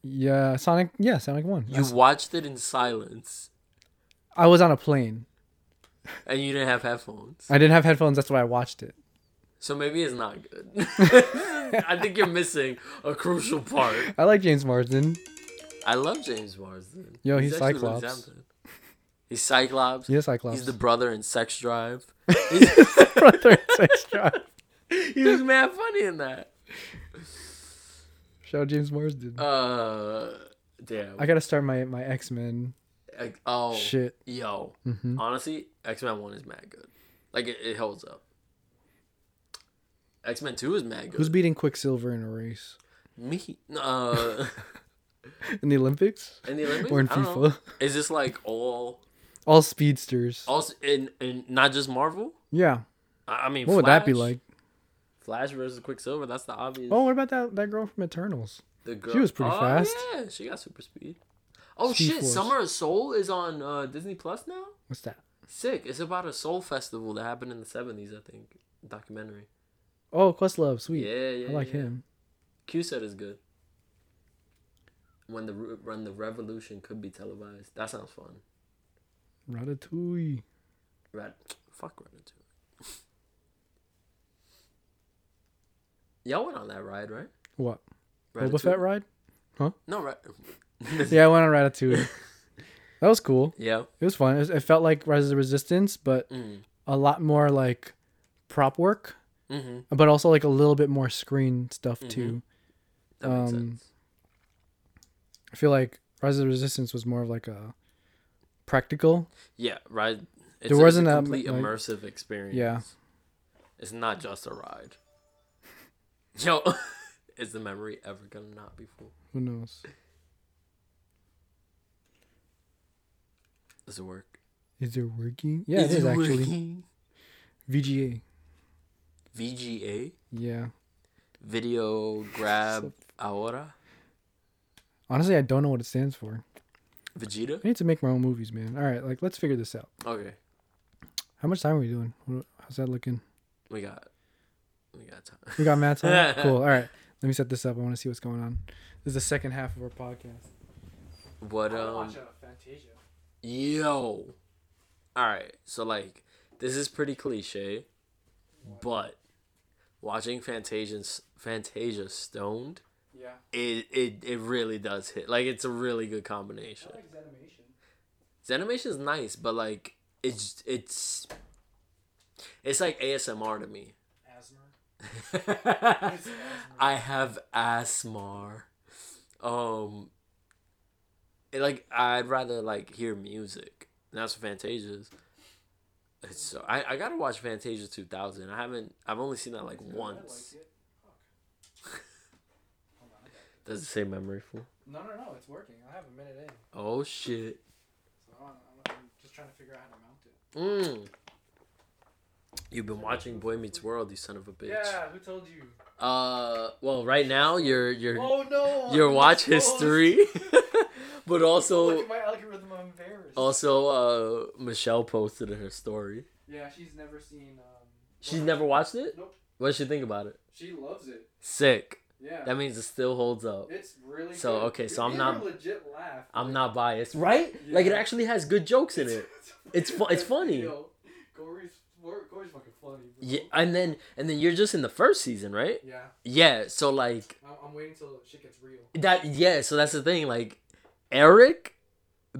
[SPEAKER 2] Yeah, Sonic. Yeah, Sonic One.
[SPEAKER 3] You watched it in silence
[SPEAKER 2] I was on a plane.
[SPEAKER 3] and you didn't have headphones.
[SPEAKER 2] I didn't have headphones. That's why I watched it.
[SPEAKER 3] So maybe it's not good. I think you're missing a crucial part.
[SPEAKER 2] I like James Marsden.
[SPEAKER 3] I love James Marsden.
[SPEAKER 2] Yo, he's
[SPEAKER 3] actually really
[SPEAKER 2] Cyclops.
[SPEAKER 3] talented. He's Cyclops.
[SPEAKER 2] Yes, Cyclops.
[SPEAKER 3] He's the
[SPEAKER 2] He's
[SPEAKER 3] brother in Sex Drive.
[SPEAKER 2] the brother in Sex Drive.
[SPEAKER 3] He was mad funny in that.
[SPEAKER 2] Shout out James Marsden.
[SPEAKER 3] Uh, damn.
[SPEAKER 2] I gotta start my my X Men
[SPEAKER 3] Like, oh
[SPEAKER 2] shit. Mm-hmm.
[SPEAKER 3] Yo, honestly, X Men One is mad good. Like it, it holds up. X Men Two is mad good.
[SPEAKER 2] Who's beating Quicksilver in a race
[SPEAKER 3] me? Uh,
[SPEAKER 2] in the Olympics
[SPEAKER 3] in the Olympics
[SPEAKER 2] or in
[SPEAKER 3] I don't know.
[SPEAKER 2] FIFA?
[SPEAKER 3] Is this like all?
[SPEAKER 2] All speedsters.
[SPEAKER 3] Also, in in not just Marvel.
[SPEAKER 2] Yeah.
[SPEAKER 3] I, I mean,
[SPEAKER 2] What would that be
[SPEAKER 3] Flash?
[SPEAKER 2] like?
[SPEAKER 3] Flash versus Quicksilver. That's the obvious.
[SPEAKER 2] Oh, what about that that girl from Eternals?
[SPEAKER 3] the girl.
[SPEAKER 2] was pretty
[SPEAKER 3] oh,
[SPEAKER 2] fast.
[SPEAKER 3] Yeah, she got super speed. Oh
[SPEAKER 2] Speed
[SPEAKER 3] shit!
[SPEAKER 2] Force.
[SPEAKER 3] Summer of Soul is on uh, Disney Plus now.
[SPEAKER 2] What's that?
[SPEAKER 3] Sick. It's about a soul festival that happened in the seventies, I think. Documentary.
[SPEAKER 2] Oh, Questlove. Sweet.
[SPEAKER 3] Yeah, yeah.
[SPEAKER 2] I like
[SPEAKER 3] yeah.
[SPEAKER 2] him.
[SPEAKER 3] Q said is good. When the re- when the revolution could be televised. That sounds fun.
[SPEAKER 2] Ratatouille.
[SPEAKER 3] Rat, fuck Ratatouille. Y'all went on that ride, right?
[SPEAKER 2] What? Boba
[SPEAKER 3] Ratatouille?
[SPEAKER 2] Fett ride?
[SPEAKER 3] No, right.
[SPEAKER 2] Yeah, I went on Ratatouille. that was cool.
[SPEAKER 3] yeah.
[SPEAKER 2] It was fun. It, was- it felt like Rise of the Resistance, but
[SPEAKER 3] Mm.
[SPEAKER 2] a lot more like prop work,
[SPEAKER 3] Mm-hmm.
[SPEAKER 2] but also like a little bit more screen stuff too.
[SPEAKER 3] That makes
[SPEAKER 2] Um,
[SPEAKER 3] sense.
[SPEAKER 2] I feel like Rise of the Resistance was more of like a practical.
[SPEAKER 3] Yeah, right.
[SPEAKER 2] there
[SPEAKER 3] It's a- it's
[SPEAKER 2] wasn't
[SPEAKER 3] a
[SPEAKER 2] that m-
[SPEAKER 3] complete
[SPEAKER 2] like-
[SPEAKER 3] immersive experience.
[SPEAKER 2] Yeah.
[SPEAKER 3] It's not just a ride. Yo, is the memory ever gonna not be full?
[SPEAKER 2] Who knows?
[SPEAKER 3] Does it work?
[SPEAKER 2] Is it working? Yeah, it is actually. VGA.
[SPEAKER 3] VGA?
[SPEAKER 2] Yeah.
[SPEAKER 3] Video grab ahora?
[SPEAKER 2] Honestly, I don't know what it stands for.
[SPEAKER 3] Vegeta?
[SPEAKER 2] I need to make my own movies, man. All right, like let's figure this out.
[SPEAKER 3] Okay.
[SPEAKER 2] How much time are we doing? What- How's that looking?
[SPEAKER 3] We got we got time.
[SPEAKER 2] We got Matt's on. cool. All right, let me set this up. I want to see what's going on. This is the second half of our podcast.
[SPEAKER 3] What um Yo. Alright, so like this is pretty cliche, but watching Fantasia Fantasia stoned,
[SPEAKER 2] Yeah.
[SPEAKER 3] it, it it really does hit. Like it's a really good combination. His animation is nice, but like it's it's it's like ASMR to me. Asthma. I have asthma. Um, it, like I'd rather like hear music. And that's what Fantasia is. It's so I, I gotta watch Fantasia two thousand. I haven't I've only seen that like once. Does it say memory full?
[SPEAKER 2] No, no, no. It's working. I have a minute in,
[SPEAKER 3] Oh shit.
[SPEAKER 2] so I'm, I'm just trying to figure out how to mount it.
[SPEAKER 3] Mm. You've been watching Boy Meets World, you son of a bitch.
[SPEAKER 2] Who told you?
[SPEAKER 3] Uh, well, right now you're you're
[SPEAKER 2] Oh no!
[SPEAKER 3] your
[SPEAKER 2] I'm
[SPEAKER 3] watch
[SPEAKER 2] exposed.
[SPEAKER 3] history, but
[SPEAKER 2] Look
[SPEAKER 3] also
[SPEAKER 2] at my algorithm. I'm embarrassed.
[SPEAKER 3] also uh Michelle posted in her story.
[SPEAKER 2] Yeah, she's never seen. Um,
[SPEAKER 3] She's never watched it.
[SPEAKER 2] Nope.
[SPEAKER 3] What does she think about it?
[SPEAKER 2] she loves it.
[SPEAKER 3] Sick.
[SPEAKER 2] Yeah.
[SPEAKER 3] That means it still holds up.
[SPEAKER 2] it's really
[SPEAKER 3] So,
[SPEAKER 2] good.
[SPEAKER 3] okay, so
[SPEAKER 2] It
[SPEAKER 3] I'm
[SPEAKER 2] made
[SPEAKER 3] not-
[SPEAKER 2] her legit laugh.
[SPEAKER 3] I'm not biased, right? Like it actually has good jokes in it. It's fu- it's funny.
[SPEAKER 2] Yo, Corey's, Corey's fucking funny. Bro.
[SPEAKER 3] Yeah, and then and then you're just in the first season, right?
[SPEAKER 2] Yeah,
[SPEAKER 3] Yeah. So like
[SPEAKER 2] I'm, I'm waiting till shit gets real.
[SPEAKER 3] that yeah so that's the thing like eric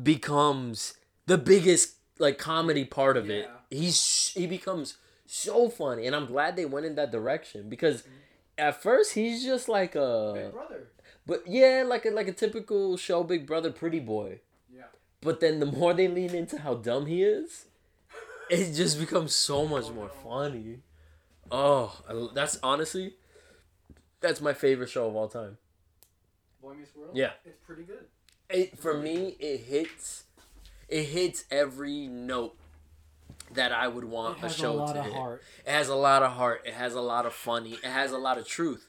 [SPEAKER 3] becomes the biggest like comedy part of it he's he becomes so funny and i'm glad they went in that direction because at first he's just like a
[SPEAKER 2] Brother.
[SPEAKER 3] but yeah like a like a typical show big brother pretty boy
[SPEAKER 2] Yeah.
[SPEAKER 3] but then the more they lean into how dumb he is it just becomes so much more funny oh I l- that's honestly that's my favorite show of all time
[SPEAKER 2] Boy Meets World.
[SPEAKER 3] Yeah.
[SPEAKER 2] It's pretty good.
[SPEAKER 3] it for me it hits it hits every note that I would want a show to hit. It has a lot of heart. It has a lot of funny. It has a lot of truth.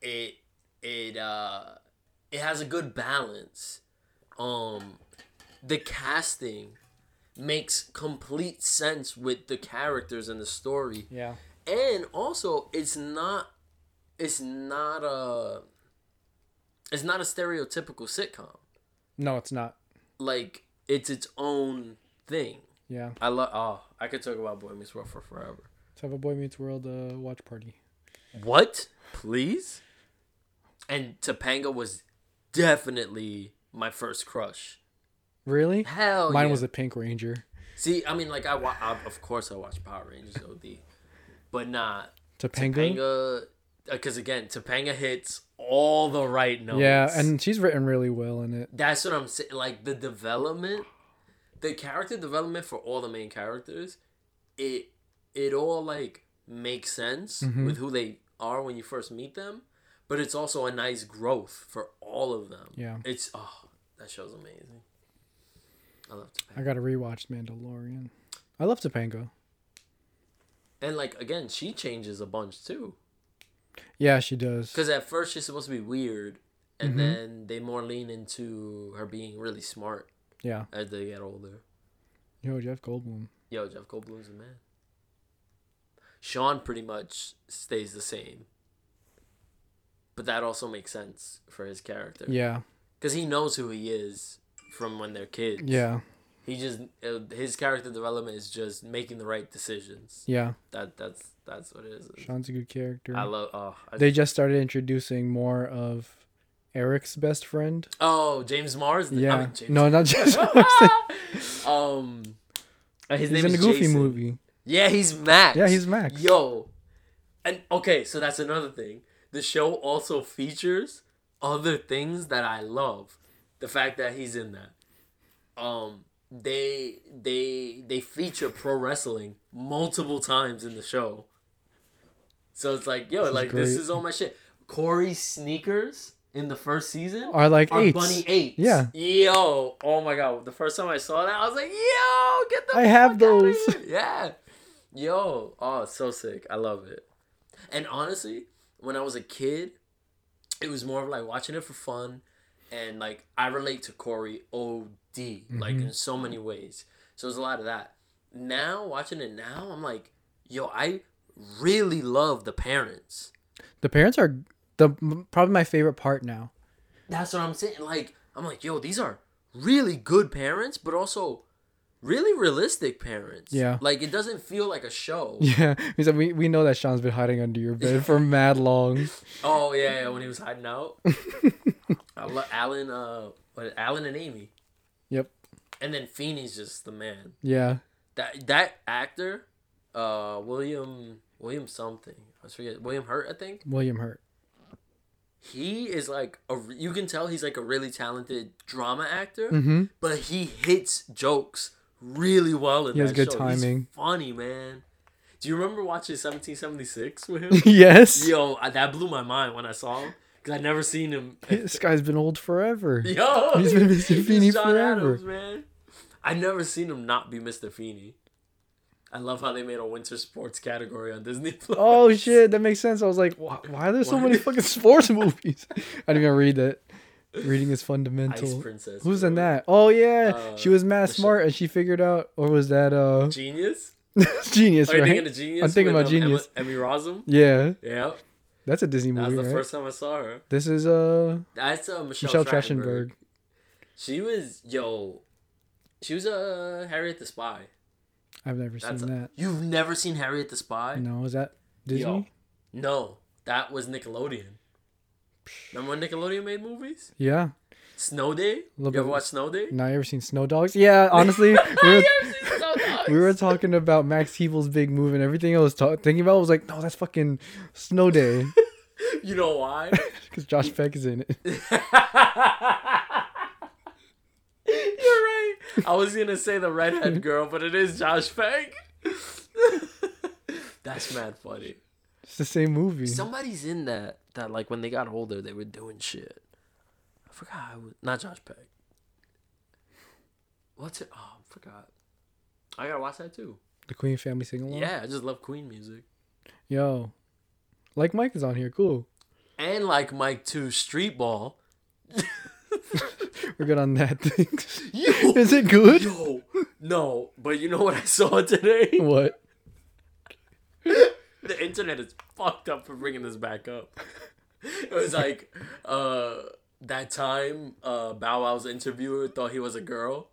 [SPEAKER 3] It it uh it has a good balance. Um the casting makes complete sense with the characters and the story.
[SPEAKER 2] Yeah.
[SPEAKER 3] And also it's not it's not a it's not a stereotypical sitcom
[SPEAKER 2] No, it's not.
[SPEAKER 3] like it's its own thing.
[SPEAKER 2] Yeah.
[SPEAKER 3] I love. Oh, I could talk about Boy Meets World for forever.
[SPEAKER 2] Let's have a Boy Meets World uh, watch party.
[SPEAKER 3] What? Please. And Topanga was definitely my first crush.
[SPEAKER 2] Really?
[SPEAKER 3] Hell,
[SPEAKER 2] Mine
[SPEAKER 3] yeah.
[SPEAKER 2] was the Pink Ranger.
[SPEAKER 3] See, I mean, like I, wa- I of course I watched Power Rangers OD, but not
[SPEAKER 2] Topanga.
[SPEAKER 3] Topanga because again, Topanga hits all the right notes.
[SPEAKER 2] Yeah, and she's written really well in it.
[SPEAKER 3] That's what I'm saying. Like the development, the character development for all the main characters, it it all like makes sense with who they are when you first meet them, but it's also a nice growth for all of them.
[SPEAKER 2] Yeah.
[SPEAKER 3] it's oh that show's amazing. I love Topanga,
[SPEAKER 2] I gotta rewatch Mandalorian. I love Topanga.
[SPEAKER 3] and like again, she changes a bunch too.
[SPEAKER 2] Yeah, she does.
[SPEAKER 3] Because at first she's supposed to be weird, and then they more lean into her being really smart
[SPEAKER 2] Yeah.
[SPEAKER 3] as they get older.
[SPEAKER 2] Yo, Jeff Goldblum.
[SPEAKER 3] Yo, Jeff Goldblum's the man. Sean pretty much stays the same. But that also makes sense for his character.
[SPEAKER 2] Yeah.
[SPEAKER 3] Because he knows who he is from when they're kids.
[SPEAKER 2] Yeah.
[SPEAKER 3] He just, uh, his character development is just making the right decisions.
[SPEAKER 2] Yeah.
[SPEAKER 3] That That's that's what it is.
[SPEAKER 2] Sean's a good character.
[SPEAKER 3] I love, oh. I,
[SPEAKER 2] they just started introducing more of Eric's best friend.
[SPEAKER 3] oh, James Marsden.
[SPEAKER 2] Yeah.
[SPEAKER 3] I mean, James,
[SPEAKER 2] no, not just.
[SPEAKER 3] Um, uh,
[SPEAKER 2] he's
[SPEAKER 3] his name
[SPEAKER 2] in
[SPEAKER 3] is
[SPEAKER 2] the Goofy
[SPEAKER 3] Jason.
[SPEAKER 2] movie.
[SPEAKER 3] Yeah, he's Max.
[SPEAKER 2] Yeah, he's Max.
[SPEAKER 3] Yo. And okay, so that's another thing. The show also features other things that I love. The fact that he's in that. Um they they they feature pro wrestling multiple times in the show. So it's like, yo, like this is all my shit. Corey's sneakers in the first season
[SPEAKER 2] Are like
[SPEAKER 3] are
[SPEAKER 2] eights.
[SPEAKER 3] bunny eights.
[SPEAKER 2] Yeah.
[SPEAKER 3] Yo, oh my god! The first time I saw that, I was like, yo, get the.
[SPEAKER 2] I have
[SPEAKER 3] fuck outta
[SPEAKER 2] those.
[SPEAKER 3] here. Yeah. Yo, oh, it's so sick. I love it. And honestly, when I was a kid, it was more of like watching it for fun, and like I relate to Corey OD like
[SPEAKER 2] Mm-hmm.
[SPEAKER 3] in so many ways. So there's a lot of that. Now watching it now, I'm like, yo, I really love the parents.
[SPEAKER 2] The parents are the probably my favorite part now.
[SPEAKER 3] That's what I'm saying. Like, I'm like, yo, these are really good parents, but also really realistic parents.
[SPEAKER 2] Yeah.
[SPEAKER 3] Like, it doesn't feel like a show.
[SPEAKER 2] Yeah, he said we, we know that Sean's been hiding under your bed for mad long.
[SPEAKER 3] Oh, yeah, yeah, when he was hiding out. I love Alan, uh, what, Alan and Amy.
[SPEAKER 2] Yep.
[SPEAKER 3] And then Feeney's just the man.
[SPEAKER 2] Yeah,
[SPEAKER 3] That that actor, uh, William, William something. I forget. William Hurt, I think.
[SPEAKER 2] William Hurt.
[SPEAKER 3] he is like a you can tell he's like a really talented drama actor
[SPEAKER 2] Mm-hmm.
[SPEAKER 3] but he hits jokes really well in
[SPEAKER 2] He
[SPEAKER 3] that
[SPEAKER 2] has good
[SPEAKER 3] show.
[SPEAKER 2] timing.
[SPEAKER 3] He's funny man do you remember watching 1776 with him
[SPEAKER 2] yes,
[SPEAKER 3] yo I- that blew my mind when i saw him because i'd never seen him
[SPEAKER 2] this guy's been old forever.
[SPEAKER 3] yo
[SPEAKER 2] He's been Mr. Feeney
[SPEAKER 3] John
[SPEAKER 2] forever.
[SPEAKER 3] Adams, man i never seen him not be mr feeney i love how they made a winter sports category on disney plus
[SPEAKER 2] Oh shit, that makes sense. I was like, why, why are there so
[SPEAKER 3] Why?
[SPEAKER 2] many fucking sports movies? I didn't even read that. Reading is
[SPEAKER 3] ice
[SPEAKER 2] fundamental.
[SPEAKER 3] princess
[SPEAKER 2] Who's
[SPEAKER 3] bro.
[SPEAKER 2] in that? Oh yeah, she
[SPEAKER 3] Uh,
[SPEAKER 2] was mad
[SPEAKER 3] Michelle-
[SPEAKER 2] smart and she figured out, or was that uh
[SPEAKER 3] genius
[SPEAKER 2] genius?
[SPEAKER 3] are you
[SPEAKER 2] Right?
[SPEAKER 3] thinking of genius
[SPEAKER 2] I'm thinking
[SPEAKER 3] with,
[SPEAKER 2] about
[SPEAKER 3] um, Emma-
[SPEAKER 2] Genius.
[SPEAKER 3] emmy rossum
[SPEAKER 2] yeah,
[SPEAKER 3] yeah
[SPEAKER 2] that's a Disney
[SPEAKER 3] That
[SPEAKER 2] movie,
[SPEAKER 3] was the
[SPEAKER 2] right?
[SPEAKER 3] first time I saw her.
[SPEAKER 2] This is uh
[SPEAKER 3] That's uh, Michelle,
[SPEAKER 2] Michelle
[SPEAKER 3] Trachtenberg.
[SPEAKER 2] Trachtenberg.
[SPEAKER 3] She was yo. She was uh, Harriet the Spy.
[SPEAKER 2] I've never
[SPEAKER 3] That's
[SPEAKER 2] seen
[SPEAKER 3] a- you've never seen Harriet the Spy?
[SPEAKER 2] that. No, is that Disney?
[SPEAKER 3] Yo, no, that was Nickelodeon. Remember when Nickelodeon made movies?
[SPEAKER 2] Yeah.
[SPEAKER 3] Snow Day. You
[SPEAKER 2] Little
[SPEAKER 3] ever
[SPEAKER 2] bit-
[SPEAKER 3] watch Snow Day?
[SPEAKER 2] Now you ever seen Snow Dogs? Yeah, honestly, we were,
[SPEAKER 3] Snow Dogs.
[SPEAKER 2] we were talking about Max Heeble's big move and everything I was ta- thinking about was like, no, that's fucking Snow Day
[SPEAKER 3] You know why?
[SPEAKER 2] because Josh Peck is in it.
[SPEAKER 3] You're right. I was gonna say the redhead girl, but it is Josh Peck. That's mad funny.
[SPEAKER 2] It's the same movie.
[SPEAKER 3] Somebody's in that that like when they got older they were doing shit. I forgot I was not Josh Peck. What's it? Oh, I forgot. I gotta watch that too.
[SPEAKER 2] The Queen Family sing along.
[SPEAKER 3] Yeah, I just love Queen music.
[SPEAKER 2] Yo, like Mike is on here. Cool.
[SPEAKER 3] And like Mike too, Street Ball.
[SPEAKER 2] We're good on that. Thanks.
[SPEAKER 3] Yo,
[SPEAKER 2] Is it good?
[SPEAKER 3] yo, no, but you know what I saw today?
[SPEAKER 2] What?
[SPEAKER 3] the internet is fucked up for bringing this back up. It was like uh that time uh Bow Wow's interviewer thought he was a girl.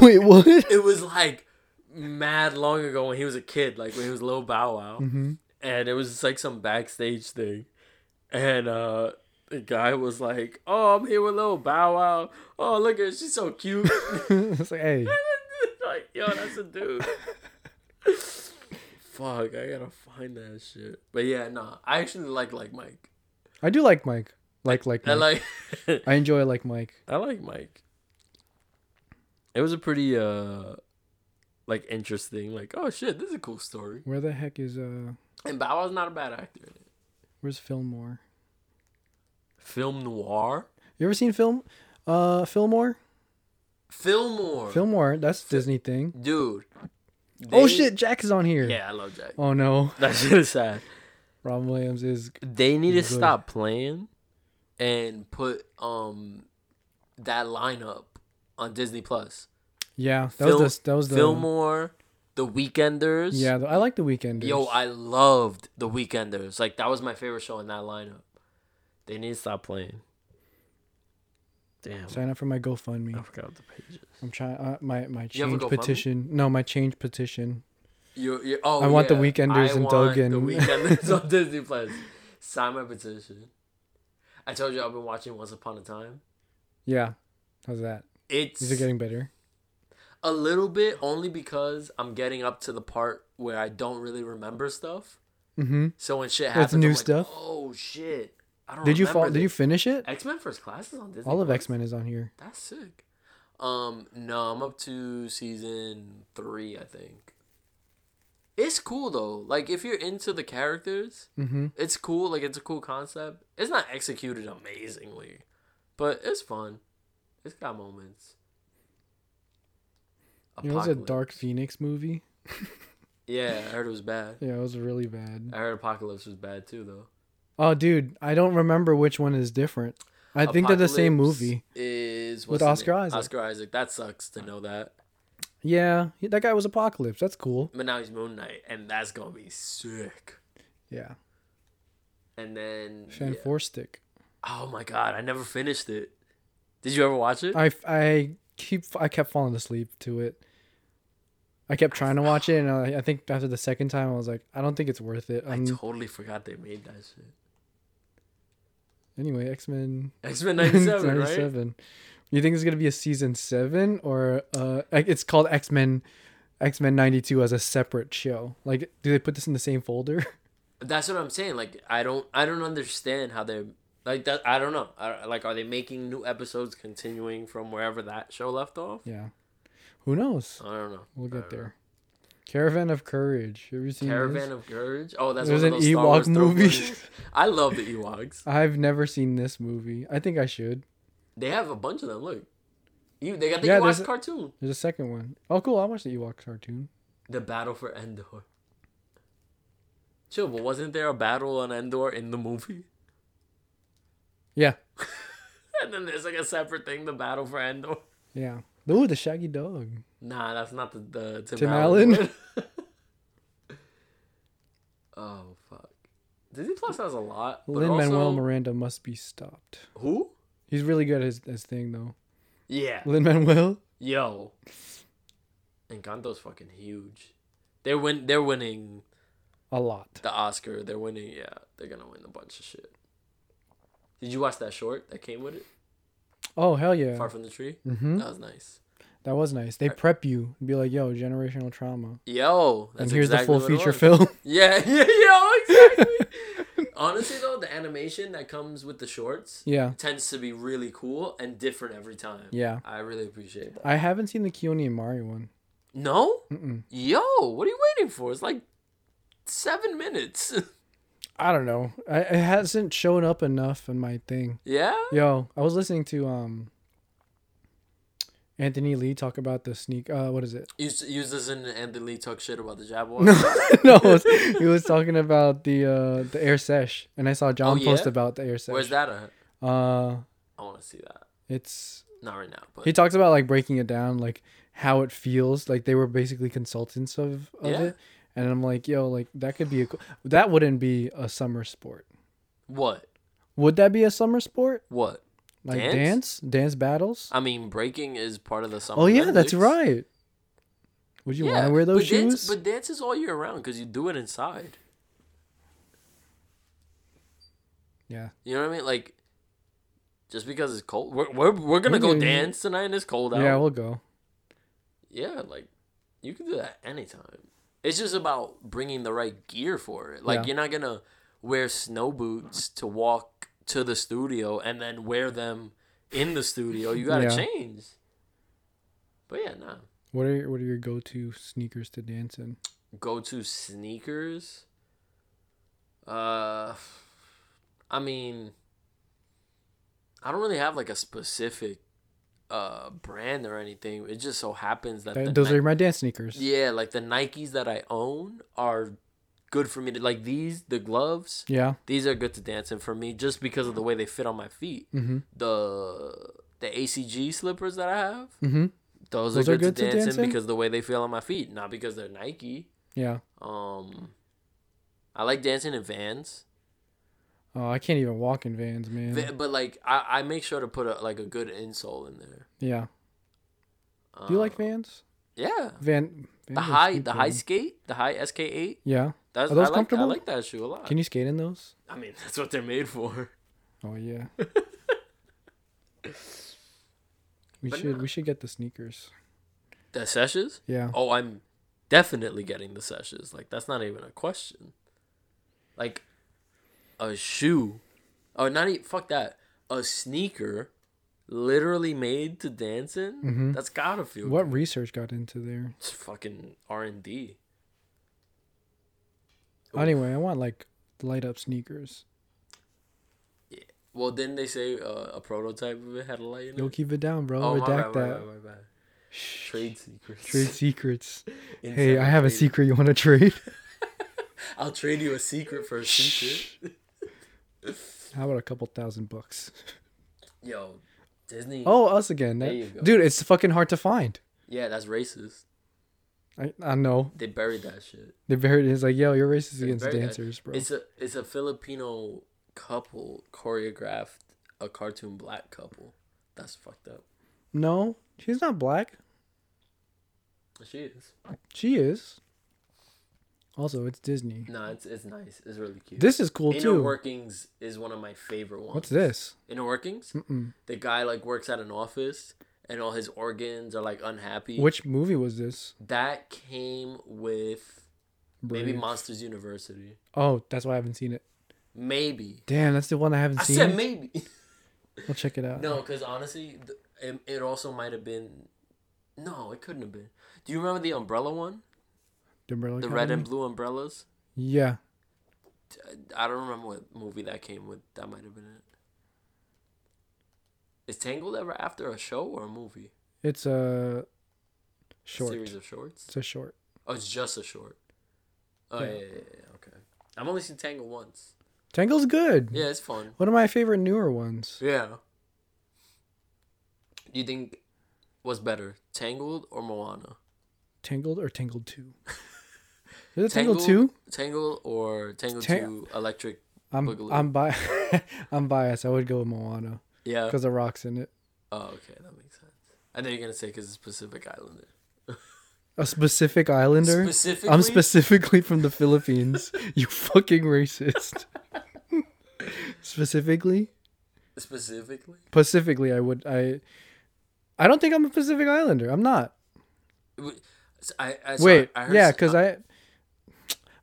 [SPEAKER 2] Wait, what?
[SPEAKER 3] It was like mad long ago when he was a kid, like when he was little Bow Wow, and it was just like some backstage thing, and uh. The guy was like, "Oh, I'm here with little Bow Wow. Oh, look at her, she's so cute."
[SPEAKER 2] it's like, hey,
[SPEAKER 3] like, yo, that's a dude. Fuck, I gotta find that shit. But yeah, nah, I actually like like Mike.
[SPEAKER 2] I do like Mike. Like, like,
[SPEAKER 3] I
[SPEAKER 2] Mike.
[SPEAKER 3] like
[SPEAKER 2] I enjoy like Mike.
[SPEAKER 3] I like Mike. It was a pretty uh like interesting, like, oh shit, this is a cool story.
[SPEAKER 2] Where the heck is uh?
[SPEAKER 3] And Bow Wow's not a bad actor in it.
[SPEAKER 2] Where's Fillmore?
[SPEAKER 3] Film noir?
[SPEAKER 2] You ever seen film? Uh, Fillmore.
[SPEAKER 3] Fillmore.
[SPEAKER 2] Fillmore. That's a Disney thing.
[SPEAKER 3] Dude.
[SPEAKER 2] Oh
[SPEAKER 3] They-
[SPEAKER 2] shit, Jack is on here.
[SPEAKER 3] Yeah, I love Jack.
[SPEAKER 2] Oh no,
[SPEAKER 3] That shit is sad.
[SPEAKER 2] Robin Williams is.
[SPEAKER 3] they need to
[SPEAKER 2] Good.
[SPEAKER 3] stop playing and put um that lineup on Disney Plus.
[SPEAKER 2] Yeah, that
[SPEAKER 3] Fil-
[SPEAKER 2] was the that was the.
[SPEAKER 3] Fillmore, The Weekenders.
[SPEAKER 2] Yeah, I like the weekend.
[SPEAKER 3] Yo, I loved The Weekenders. Like that was my favorite show in that lineup. They need to stop playing. Damn.
[SPEAKER 2] sign up for my GoFundMe.
[SPEAKER 3] I forgot the pages.
[SPEAKER 2] I'm trying uh, my my
[SPEAKER 3] Oh. You have a
[SPEAKER 2] change
[SPEAKER 3] GoFundMe?
[SPEAKER 2] petition. No, my change petition.
[SPEAKER 3] You, you, oh,
[SPEAKER 2] I want The
[SPEAKER 3] yeah.
[SPEAKER 2] Weekenders
[SPEAKER 3] I
[SPEAKER 2] and
[SPEAKER 3] want
[SPEAKER 2] Doug
[SPEAKER 3] The
[SPEAKER 2] and-
[SPEAKER 3] Weekenders on Disney Plus. Sign my petition. I told you I've been watching Once Upon a Time.
[SPEAKER 2] Yeah, how's that?
[SPEAKER 3] It's
[SPEAKER 2] These are getting better.
[SPEAKER 3] A little bit, only because I'm getting up to the part where I don't really remember stuff.
[SPEAKER 2] Mm-hmm.
[SPEAKER 3] So when shit happens,
[SPEAKER 2] That's new
[SPEAKER 3] I'm like,
[SPEAKER 2] stuff.
[SPEAKER 3] Oh shit! I don't.
[SPEAKER 2] Did you fall? Did you
[SPEAKER 3] This.
[SPEAKER 2] finish it?
[SPEAKER 3] X Men First Class is on Disney.
[SPEAKER 2] All of
[SPEAKER 3] Plus?
[SPEAKER 2] X Men is on here.
[SPEAKER 3] That's sick. Um, no, I'm up to season three, I think. It's cool though. Like if you're into the characters,
[SPEAKER 2] Mm-hmm.
[SPEAKER 3] it's cool. Like it's a cool concept. It's not executed amazingly, but it's fun. It's got moments.
[SPEAKER 2] You know, it was a
[SPEAKER 3] Apocalypse.
[SPEAKER 2] Dark Phoenix movie.
[SPEAKER 3] Yeah, I heard it was bad.
[SPEAKER 2] Yeah, it was really bad.
[SPEAKER 3] I heard Apocalypse was bad too, though.
[SPEAKER 2] Oh, dude, I don't remember which one is different. I think they're the same
[SPEAKER 3] Apocalypse
[SPEAKER 2] movie.
[SPEAKER 3] Is
[SPEAKER 2] With
[SPEAKER 3] what's his
[SPEAKER 2] Oscar
[SPEAKER 3] name?
[SPEAKER 2] Isaac.
[SPEAKER 3] Oscar Isaac. That sucks to know that.
[SPEAKER 2] Yeah, he- that guy was Apocalypse. That's cool.
[SPEAKER 3] But now he's Moon Knight, and that's gonna be sick.
[SPEAKER 2] Yeah,
[SPEAKER 3] And then
[SPEAKER 2] Fan
[SPEAKER 3] yeah.
[SPEAKER 2] Four Stick.
[SPEAKER 3] oh my god, I never finished it. Did you ever watch it?
[SPEAKER 2] I I keep I kept falling asleep to it. I kept trying to watch it, and I, I think after the second time, I was like, I don't think it's worth it.
[SPEAKER 3] I
[SPEAKER 2] Um,
[SPEAKER 3] totally forgot they made that shit.
[SPEAKER 2] anyway, X Men
[SPEAKER 3] X Men '97, right?
[SPEAKER 2] 97. You think it's gonna be a season seven or uh? like, It's called X Men, X Men '92 as a separate show. Like, do they put this in the same folder?
[SPEAKER 3] That's what I'm saying. Like, I don't, I don't understand how they're like that. I don't know. I, like, are they making new episodes continuing from wherever that show left off?
[SPEAKER 2] yeah, who knows?
[SPEAKER 3] I don't know.
[SPEAKER 2] We'll
[SPEAKER 3] I
[SPEAKER 2] get
[SPEAKER 3] don't
[SPEAKER 2] there. Caravan of Courage. Have you seen this?
[SPEAKER 3] Uh, Caravan of Courage. Oh, that's
[SPEAKER 2] There's
[SPEAKER 3] one
[SPEAKER 2] an
[SPEAKER 3] of those Star Wars
[SPEAKER 2] Ewok movie.
[SPEAKER 3] throwbacks. I love the Ewoks.
[SPEAKER 2] I've never seen this movie. I think I should.
[SPEAKER 3] They have a bunch of them. Look, you. They got the
[SPEAKER 2] Yeah, there's
[SPEAKER 3] Ewoks
[SPEAKER 2] a-
[SPEAKER 3] cartoon.
[SPEAKER 2] There's a second one. Oh, cool. I watched the Ewok cartoon.
[SPEAKER 3] The battle for Endor. Chill, but wasn't there a battle on Endor in the movie?
[SPEAKER 2] Yeah,
[SPEAKER 3] And then there's like a separate thing, the battle for Endor.
[SPEAKER 2] yeah. Ooh, the Shaggy Dog.
[SPEAKER 3] Nah, that's not the, the Tim,
[SPEAKER 2] Tim
[SPEAKER 3] Allen.
[SPEAKER 2] Allen?
[SPEAKER 3] one. oh fuck! Disney Plus has a lot. But
[SPEAKER 2] Lin Manuel
[SPEAKER 3] also,
[SPEAKER 2] Miranda must be stopped.
[SPEAKER 3] Who?
[SPEAKER 2] He's really good at his, his thing though.
[SPEAKER 3] Yeah.
[SPEAKER 2] Lin Manuel.
[SPEAKER 3] Yo. Encanto's fucking huge. They're win. They're winning
[SPEAKER 2] A lot.
[SPEAKER 3] the Oscar. They're winning. Yeah, they're gonna win a bunch of shit. Did you watch that short that came with it?
[SPEAKER 2] Oh hell yeah.
[SPEAKER 3] Far from the tree.
[SPEAKER 2] Mm-hmm.
[SPEAKER 3] That was nice.
[SPEAKER 2] That was nice. They prep you and be like, "Yo, generational trauma."
[SPEAKER 3] Yo, that's
[SPEAKER 2] and here's
[SPEAKER 3] exactly
[SPEAKER 2] the
[SPEAKER 3] what
[SPEAKER 2] full
[SPEAKER 3] it
[SPEAKER 2] feature
[SPEAKER 3] was.
[SPEAKER 2] film.
[SPEAKER 3] Yeah, yeah, yo, exactly. Honestly, though, the animation that comes with the shorts
[SPEAKER 2] yeah,
[SPEAKER 3] tends to be really cool and different every time.
[SPEAKER 2] yeah.
[SPEAKER 3] I really appreciate that.
[SPEAKER 2] I haven't seen the Keone and Mari one.
[SPEAKER 3] No?
[SPEAKER 2] Mm-mm.
[SPEAKER 3] Yo, what are you waiting for? It's like seven minutes.
[SPEAKER 2] I don't know. I, it hasn't shown up enough in my thing.
[SPEAKER 3] yeah?
[SPEAKER 2] Yo, I was listening to um Anthony Lee talk about the sneak. Uh, what is it?
[SPEAKER 3] Use, use this in the Anthony Lee talk shit about the Jaguars.
[SPEAKER 2] no, it was- he was talking about the uh the air sesh, and I saw John
[SPEAKER 3] Oh,
[SPEAKER 2] post
[SPEAKER 3] yeah?
[SPEAKER 2] about the air sesh.
[SPEAKER 3] Where's that at?
[SPEAKER 2] Uh,
[SPEAKER 3] I want to see that.
[SPEAKER 2] it's
[SPEAKER 3] Not right now, but
[SPEAKER 2] he talks about like breaking it down, like how it feels. Like they were basically consultants of of
[SPEAKER 3] Yeah.
[SPEAKER 2] it, and I'm like, yo, like that could be a co- that wouldn't be a summer sport.
[SPEAKER 3] what?
[SPEAKER 2] Would that be a summer sport?
[SPEAKER 3] What?
[SPEAKER 2] Like
[SPEAKER 3] Dance?
[SPEAKER 2] dance, dance, battles.
[SPEAKER 3] I mean, breaking is part of the summer.
[SPEAKER 2] oh yeah, that's
[SPEAKER 3] Olympics.
[SPEAKER 2] right. Would you want to wear those
[SPEAKER 3] but Dance,
[SPEAKER 2] shoes?
[SPEAKER 3] but dance is all year round because you do it inside.
[SPEAKER 2] Yeah.
[SPEAKER 3] You know what I mean? Like, just because it's cold, we're we're, we're gonna
[SPEAKER 2] We
[SPEAKER 3] go
[SPEAKER 2] do.
[SPEAKER 3] dance tonight and it's cold out.
[SPEAKER 2] yeah, we'll go.
[SPEAKER 3] yeah, like you can do that anytime. It's just about bringing the right gear for it. Like
[SPEAKER 2] Yeah.
[SPEAKER 3] you're not gonna wear snow boots to walk to the studio and then wear them in the studio. You gotta
[SPEAKER 2] Yeah.
[SPEAKER 3] change. But yeah, nah.
[SPEAKER 2] What are your, what are your go to sneakers to dance in?
[SPEAKER 3] go to sneakers. Uh, I mean, I don't really have like a specific uh brand or anything. It just so happens that
[SPEAKER 2] Th-
[SPEAKER 3] the
[SPEAKER 2] those
[SPEAKER 3] Ni-
[SPEAKER 2] are my dance sneakers.
[SPEAKER 3] yeah, like the Nikes that I own are good for me to like these the gloves.
[SPEAKER 2] Yeah.
[SPEAKER 3] These are good to dance in for me just because of the way they fit on my feet.
[SPEAKER 2] Mm-hmm.
[SPEAKER 3] The the ACG slippers that I have,
[SPEAKER 2] Mm-hmm.
[SPEAKER 3] those, are, good to dance, in because of the way they feel on my feet, not because they're Nike.
[SPEAKER 2] Yeah.
[SPEAKER 3] Um, I like dancing in vans,
[SPEAKER 2] Oh, I can't even walk in vans, man.
[SPEAKER 3] Va- but like I, I make sure to put a, like a good insole in there.
[SPEAKER 2] yeah. Do you like
[SPEAKER 3] Um,
[SPEAKER 2] vans?
[SPEAKER 3] Yeah,
[SPEAKER 2] Van.
[SPEAKER 3] the
[SPEAKER 2] Vans are
[SPEAKER 3] high
[SPEAKER 2] sweet,
[SPEAKER 3] the
[SPEAKER 2] though.
[SPEAKER 3] high skate, the high SK eight.
[SPEAKER 2] Yeah.
[SPEAKER 3] That's
[SPEAKER 2] Are those
[SPEAKER 3] I like, I
[SPEAKER 2] comfortable?
[SPEAKER 3] like that shoe a lot.
[SPEAKER 2] Can you skate in those?
[SPEAKER 3] I mean, that's what they're made for.
[SPEAKER 2] Oh yeah. we
[SPEAKER 3] But
[SPEAKER 2] should
[SPEAKER 3] no.
[SPEAKER 2] we should get the sneakers.
[SPEAKER 3] The seshes?
[SPEAKER 2] Yeah.
[SPEAKER 3] Oh, I'm definitely getting the seshes. Like that's not even a question. Like a shoe, oh not even fuck that. A sneaker, literally made to dance in.
[SPEAKER 2] Mm-hmm.
[SPEAKER 3] That's gotta feel
[SPEAKER 2] What research got into there?
[SPEAKER 3] It's fucking R and D.
[SPEAKER 2] Anyway, I want like light up sneakers.
[SPEAKER 3] Well, didn't they say uh, a prototype of it had a light in
[SPEAKER 2] Don't
[SPEAKER 3] it?
[SPEAKER 2] keep it down, bro.
[SPEAKER 3] Oh, my bad,
[SPEAKER 2] Redact
[SPEAKER 3] my
[SPEAKER 2] that.
[SPEAKER 3] bad, my bad. Trade secrets.
[SPEAKER 2] Trade secrets.
[SPEAKER 3] Inside
[SPEAKER 2] hey, I have a
[SPEAKER 3] trade.
[SPEAKER 2] secret you want to trade?
[SPEAKER 3] I'll trade you a secret for a secret.
[SPEAKER 2] How about a couple thousand bucks?
[SPEAKER 3] Yo, Disney.
[SPEAKER 2] Oh, us again. That-
[SPEAKER 3] you go.
[SPEAKER 2] dude, it's fucking hard to find.
[SPEAKER 3] Yeah, that's racist.
[SPEAKER 2] I, I know.
[SPEAKER 3] They buried that shit.
[SPEAKER 2] They buried it. It's like, yo, you're racist
[SPEAKER 3] They
[SPEAKER 2] against
[SPEAKER 3] buried that.
[SPEAKER 2] dancers, bro.
[SPEAKER 3] uh, It's a it's a Filipino couple choreographed a cartoon black couple. That's fucked up.
[SPEAKER 2] No, she's not black.
[SPEAKER 3] She is.
[SPEAKER 2] She is. Also, it's Disney.
[SPEAKER 3] No, it's it's nice. It's really cute.
[SPEAKER 2] This is cool
[SPEAKER 3] Inner
[SPEAKER 2] too.
[SPEAKER 3] Workings is one of my favorite ones.
[SPEAKER 2] What's this?
[SPEAKER 3] Inner Workings? The guy like works at an office and all his organs are like unhappy.
[SPEAKER 2] Which movie was this?
[SPEAKER 3] that came with maybe
[SPEAKER 2] Brave.
[SPEAKER 3] Monsters University.
[SPEAKER 2] Oh, that's why I haven't seen it.
[SPEAKER 3] Maybe.
[SPEAKER 2] Damn, that's the one I haven't
[SPEAKER 3] I
[SPEAKER 2] seen.
[SPEAKER 3] said maybe.
[SPEAKER 2] I'll check it out.
[SPEAKER 3] No, because honestly, th- it, it also might have been. No, it couldn't have been. Do you remember the umbrella one?
[SPEAKER 2] The, Umbrella
[SPEAKER 3] The red and
[SPEAKER 2] Academy?
[SPEAKER 3] blue umbrellas?
[SPEAKER 2] Yeah,
[SPEAKER 3] I don't remember what movie that came with. That might have been it. Is Tangled ever after a show or a movie?
[SPEAKER 2] it's a short.
[SPEAKER 3] Series of shorts?
[SPEAKER 2] It's a short.
[SPEAKER 3] Oh, it's just a short. Oh, yeah, yeah, yeah, yeah, Okay. I've only seen Tangled once.
[SPEAKER 2] Tangle's good.
[SPEAKER 3] Yeah, it's fun.
[SPEAKER 2] One of my favorite newer ones.
[SPEAKER 3] Yeah. Do you think what's better, Tangled or Moana?
[SPEAKER 2] Tangled or Tangled Two? Is it Tangled Two?
[SPEAKER 3] Tangled or Tangled
[SPEAKER 2] Tang-
[SPEAKER 3] Two Electric
[SPEAKER 2] I'm
[SPEAKER 3] Boogaloo.
[SPEAKER 2] I'm bi- I'm biased. I would go with Moana
[SPEAKER 3] yeah.
[SPEAKER 2] because the rocks in it.
[SPEAKER 3] Oh, okay, that makes sense. I know you're gonna say because it's Pacific Islander.
[SPEAKER 2] A specific islander.
[SPEAKER 3] Specifically,
[SPEAKER 2] I'm specifically from the Philippines. you fucking racist. specifically,
[SPEAKER 3] specifically.
[SPEAKER 2] specifically, I would I. I don't think I'm a Pacific Islander. I'm not.
[SPEAKER 3] W- so I, I, so
[SPEAKER 2] Wait,
[SPEAKER 3] I, I heard
[SPEAKER 2] yeah,
[SPEAKER 3] s- uh,
[SPEAKER 2] because I,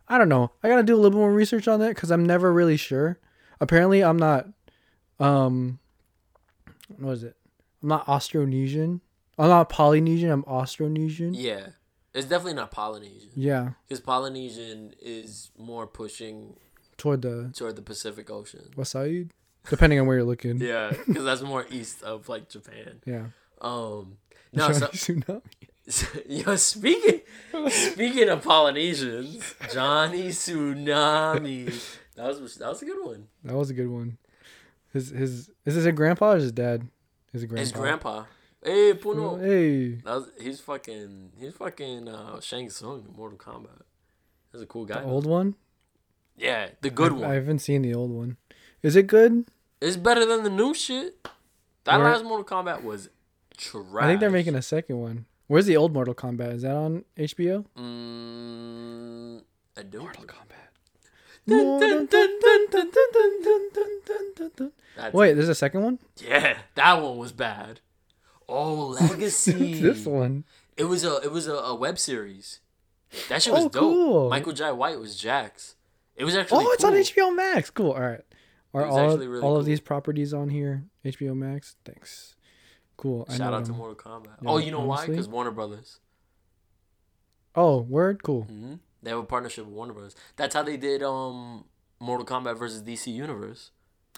[SPEAKER 2] I don't know. I gotta do a little bit more research on that because I'm never really sure. Apparently, I'm not. Um, what is it? I'm not Austronesian. I'm not Polynesian. I'm Austronesian. Yeah.
[SPEAKER 3] yeah, it's definitely not Polynesian because Polynesian is more pushing
[SPEAKER 2] toward the
[SPEAKER 3] toward the Pacific Ocean.
[SPEAKER 2] west side, depending on where you're looking. Yeah.
[SPEAKER 3] Yeah, because that's more east of like Japan.
[SPEAKER 2] yeah.
[SPEAKER 3] Um, no, so,
[SPEAKER 2] Tsunami.
[SPEAKER 3] yo, speaking speaking of Polynesians, Johnny Tsunami. That was that was a good one.
[SPEAKER 2] That was a good one. His his is this a grandpa or his dad? His grandpa.
[SPEAKER 3] His grandpa. Hey,
[SPEAKER 2] Oh,
[SPEAKER 3] Puno.
[SPEAKER 2] Hey.
[SPEAKER 3] That was, he's fucking. He's fucking uh, Shang Tsung in Mortal Kombat. That's a cool guy.
[SPEAKER 2] The old one?
[SPEAKER 3] Yeah, the good one.
[SPEAKER 2] I haven't seen the old one. Is it good?
[SPEAKER 3] It's better than the new shit. That
[SPEAKER 2] Where-
[SPEAKER 3] last Mortal Kombat was trash.
[SPEAKER 2] I think they're making a second one. Where's the old Mortal Kombat? Is that on HBO?
[SPEAKER 3] Mm, I don't. Mortal Kombat.
[SPEAKER 2] Mortal-
[SPEAKER 3] That's
[SPEAKER 2] Wait, there's a second one?
[SPEAKER 3] Yeah, that one was bad. Oh, Legacy.
[SPEAKER 2] This one.
[SPEAKER 3] It was a it was a, a web series. That shit was
[SPEAKER 2] Oh,
[SPEAKER 3] dope.
[SPEAKER 2] cool.
[SPEAKER 3] Michael J. White was Jax. It was actually.
[SPEAKER 2] Oh, it's on
[SPEAKER 3] cool.
[SPEAKER 2] HBO Max. Cool. All right. Are
[SPEAKER 3] It's
[SPEAKER 2] all,
[SPEAKER 3] actually really
[SPEAKER 2] all
[SPEAKER 3] cool.
[SPEAKER 2] of these properties on here? HBO Max? Thanks. Cool. I
[SPEAKER 3] Shout
[SPEAKER 2] know
[SPEAKER 3] out to
[SPEAKER 2] them.
[SPEAKER 3] Mortal Kombat.
[SPEAKER 2] Yeah,
[SPEAKER 3] oh, you know why?
[SPEAKER 2] honestly.
[SPEAKER 3] Because Warner Brothers.
[SPEAKER 2] Oh, word? Cool.
[SPEAKER 3] hmm They have a partnership with Warner Brothers. That's how they did um Mortal Kombat versus DC Universe.